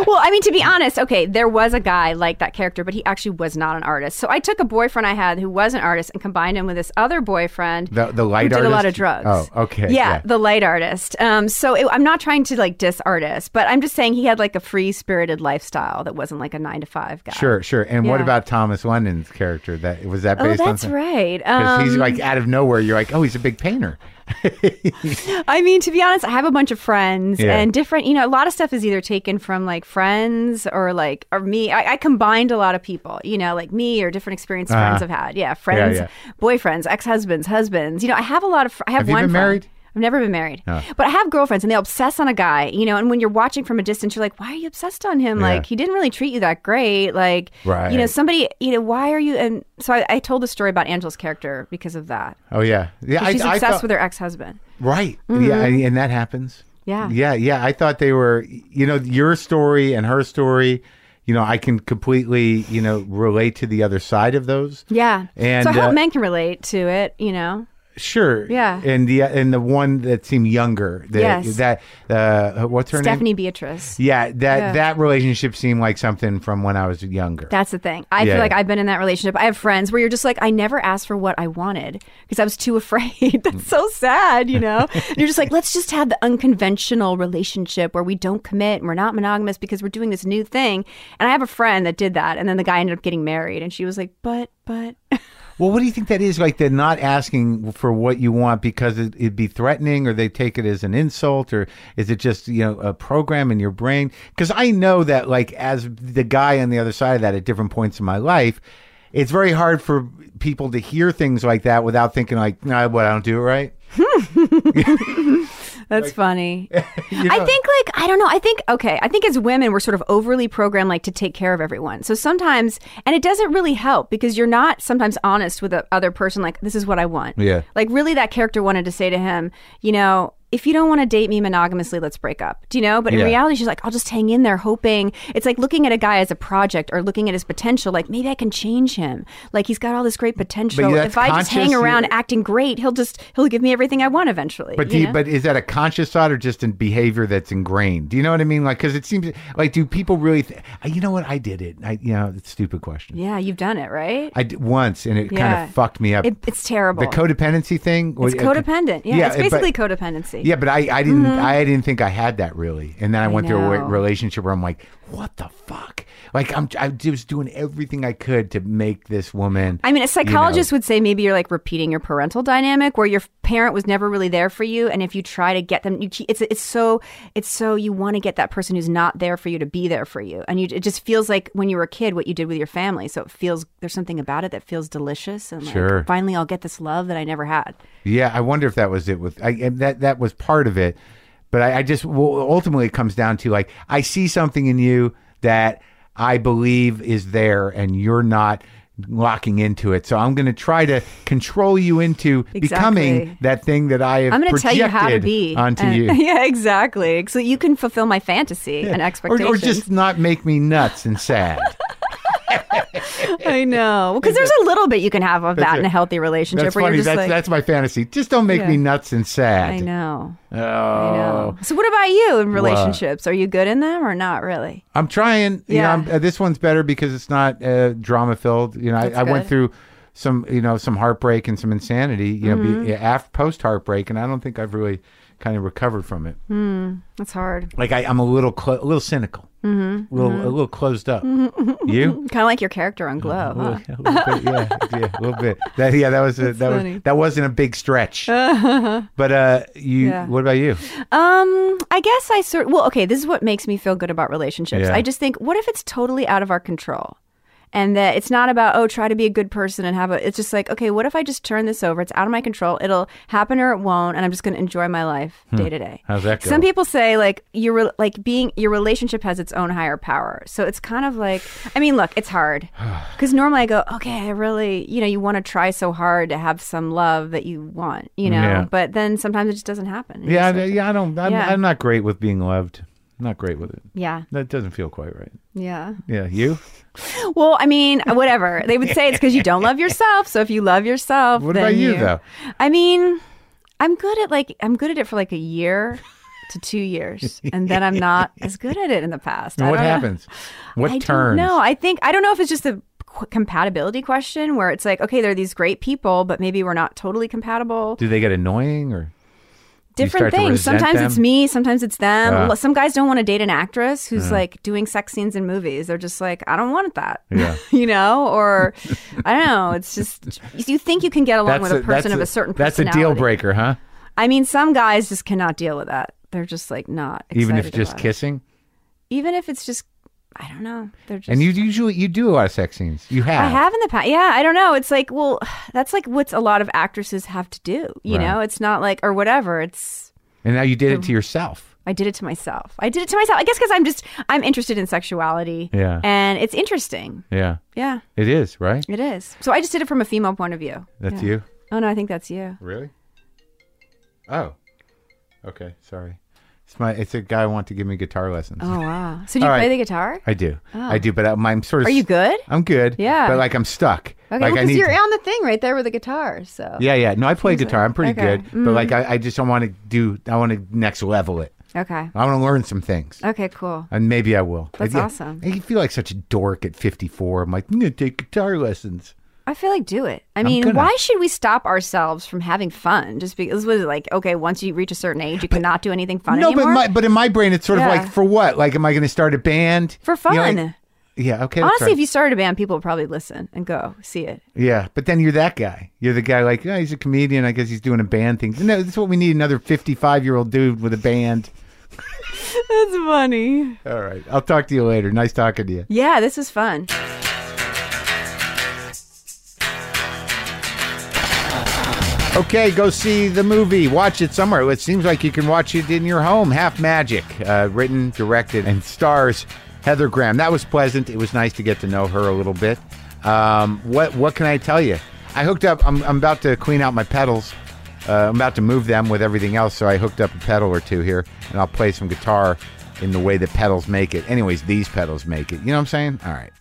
Well, I mean, to be honest, okay, there was a guy like that character, but he actually was not an artist. So I took a boyfriend I had who was an artist and combined him with this other boyfriend. The- the light who did a lot of artist? drugs. Oh, okay, Yeah, yeah. the light artist. Um, so it, I'm not trying to like diss artists, but I'm just saying he had like a free spirited lifestyle that wasn't like a nine to five guy. Sure, sure. And what uh, Yeah. about Thomas London's character? That was that Oh, based that's on? right. Because Um, he's like out of nowhere, you're like, oh, he's a big painter. I mean, to be honest, I have a bunch of friends Yeah. and different, you know, a lot of stuff is either taken from like friends or like, or me. I, I combined a lot of people, you know, like me or different experience friends I've had. Yeah. Friends, Uh-huh. yeah. boyfriends, ex husbands, husbands. You know, I have a lot of, fr- I have, Have you one been friend. married? I've never been married, but I have girlfriends and they obsess on a guy, you know. And when you're watching from a distance, you're like, why are you obsessed on him? Like, he didn't really treat you that great. Like, you know, Right. somebody, you know, why are you? And so I, I told the story about Angela's character because of that. Oh yeah, yeah. She's obsessed felt- with her ex husband. Right. Yeah, and, and that happens. Yeah. Yeah, yeah. I thought they were, you know, your story and her story. you know, I can completely, you know, relate to the other side of those. Yeah. And, so I hope uh, men can relate to it, you know? Sure. Yeah. And the and the one that seemed younger. The, Yes. That uh, what's her name? Stephanie Beatrice. Yeah. That Yeah. that relationship seemed like something from when I was younger. That's the thing. I Yeah. feel like I've been in that relationship. I have friends where you're just like, I never asked for what I wanted because I was too afraid. That's so sad, you know? And you're just like, let's just have the unconventional relationship where we don't commit and we're not monogamous because we're doing this new thing. And I have a friend that did that. And then the guy ended up getting married. And she was like, but, but. well, what do you think that is? Like they're not asking for what you want because it, it'd be threatening, or they take it as an insult, or is it just you know a program in your brain? Because I know that like as the guy on the other side of that at different points in my life. It's very hard for people to hear things like that without thinking like, no, what I don't do it right. That's funny. You know? I think like I don't know. I think okay. I think as women we're sort of overly programmed like to take care of everyone. So sometimes and it doesn't really help because you're not sometimes honest with the other person like this is what I want. Yeah. Like really that character wanted to say to him, you know, if you don't want to date me monogamously, let's break up. Do you know? But Yeah. in reality, she's like, I'll just hang in there hoping. It's like looking at a guy as a project or looking at his potential, like maybe I can change him. Like he's got all this great potential. that's If I just hang conscious, around you- acting great, he'll just he'll give me everything I want eventually. But do you you, know? but is that a conscious thought or just in behavior that's ingrained? Do you know what I mean? Like, because it seems like do people really? Th- you know what? I did it. I you know, it's a stupid question. Yeah, you've done it, right? I did once, and it kind Yeah. of fucked me up. It, it's terrible. the codependency thing. it's codependent. Yeah, it's it- but- basically codependency. Yeah, but I, I didn't I didn't think I had that really, and then I went through a wa- know. relationship where I'm like, what the fuck? Like I'm I was doing everything I could to make this woman. I mean, a psychologist would say maybe you're like repeating your parental dynamic where your parent was never really there for you, and if you try to get them, you keep, it's it's so it's so you want to get that person who's not there for you to be there for you, and you it just feels like when you were a kid what you did with your family. So it feels there's something about it that feels delicious, and like, Sure. finally I'll get this love that I never had. Yeah, I wonder if that was it with I and that that was part of it, but I, I just well, ultimately it comes down to like I see something in you that I believe is there, and you're not locking into it. So I'm going to try to control you into becoming Exactly. that thing that I have. I'm going to projected tell you how to be onto And- you. Yeah, exactly. So you can fulfill my fantasy and Or, expectations, or just not make me nuts and sad. I know. Because there's a little bit you can have of that in a healthy relationship That's where funny. you're just That's like, that's my fantasy. Just don't make Yeah. me nuts and sad. I know. Oh, I know. So what about you in relationships? Are you good in them or not really? I'm trying. You Yeah. know, I'm, uh, this one's better because it's not uh, drama filled. You know, I, I went good. through some, you know, some heartbreak and some insanity. You Mm-hmm. know, be, after post heartbreak, and I don't think I've really kind of recovered from it. Mm-hmm. That's hard. Like I, I'm a little, clo- a little cynical, mm-hmm. a little, a little closed up. Mm-hmm. You. Kind of like your character on Glow, huh? A little bit, yeah, yeah, a little bit. That, yeah, that was a, that funny. was that wasn't a big stretch. but uh, you, Yeah. what about you? Um, I guess I sort well, okay, this is what makes me feel good about relationships. Yeah. I just think what if it's totally out of our control? And that it's not about, oh, try to be a good person and have a it's just like, okay, what if I just turn this over? It's out of my control. It'll happen or it won't, and I'm just gonna enjoy my life Hmm. day to day. How's that go? Some people say like your re- like being your relationship has its own higher power. So it's kind of like I mean, look, it's hard because normally I go, okay, I really you know you want to try so hard to have some love that you want, you know, Yeah. but then sometimes it just doesn't happen. You're Yeah, just I- like, yeah. I don't. I'm, Yeah. I'm not great with being loved. I'm not great with it. yeah, That doesn't feel quite right. yeah. Yeah, you. Well, I mean, whatever they would say, it's because you don't love yourself. So if you love yourself, What then about you, though? I mean, I'm good at like I'm good at it for like a year to two years, and then I'm not as good at it in the past. I what don't know. happens? What I turns? No, I think I don't know if it's just a qu- compatibility question where it's like, okay, they're these great people, but maybe we're not totally compatible. Do they get annoying or? start Different to things. resent Sometimes them? it's me, sometimes it's them. Yeah. Well, Some guys don't want to date an actress who's like doing sex scenes in movies. They're just like, I don't want that. Yeah. you know, or I don't know. It's just you think you can get along with a person that's of a, certain That's a deal personality. breaker, huh? I mean, some guys just cannot deal with that. They're just like not Even if excited just about it. kissing. Even if it's just, I don't know. They're just And you usually you do a lot of sex scenes. You have. I have in the past. Yeah, I don't know. It's like, well, that's like what's a lot of actresses have to do. You Right. know, it's not like or whatever. It's And now you did Um, it to yourself. I did it to myself. I did it to myself. I guess because I'm just I'm interested in sexuality. Yeah. and it's interesting. Yeah, Yeah, it is right. it is. So I just did it from a female point of view. That's Yeah. you. Oh no, I think that's you. Really? Oh. Okay. Sorry. It's my. It's a guy I want to give me guitar lessons. Oh wow! So do you All play right. the guitar? I do. I do. But I'm, I'm sort of. Are you good? I'm good. Yeah. But like I'm stuck. Okay, like because I need. you're to- on the thing right there with the guitar. So yeah, yeah. No, I play guitar. I'm pretty Okay. Mm. good. But like I, I just don't want to do. I want to next level it. Okay. I want to learn some things. Okay. Cool. And maybe I will. That's I, yeah. awesome. I feel like such a dork at 54. I'm like, I'm going to take guitar lessons. I feel like do it. I mean, gonna. why should we stop ourselves from having fun? Just because was it like okay, once you reach a certain age, you cannot do anything fun no, anymore. but my, but in my brain, it's sort Yeah. of like, for what? Like, am I going to start a band? for You fun. know, like- yeah, okay. that's Honestly, right. if you started a band, people would probably listen and go see it. Yeah, but then you're that guy. You're the guy like, yeah, he's a comedian. I guess he's doing a band thing. No, that's what we need another 55 year old dude with a band. That's funny. All right. I'll talk to you later. Nice talking to you. Yeah, this is fun. Okay, go see the movie. Watch it somewhere. It seems like you can watch it in your home. Half Magic, uh, written, directed, and stars Heather Graham. That was pleasant. It was nice to get to know her a little bit. Um, what What can I tell you? I hooked up. I'm, I'm about to clean out my pedals. Uh, I'm about to move them with everything else, so I hooked up a pedal or two here, and I'll play some guitar in the way that pedals make it. Anyways, these pedals make it. You know what I'm saying? All right.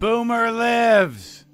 Boomer lives.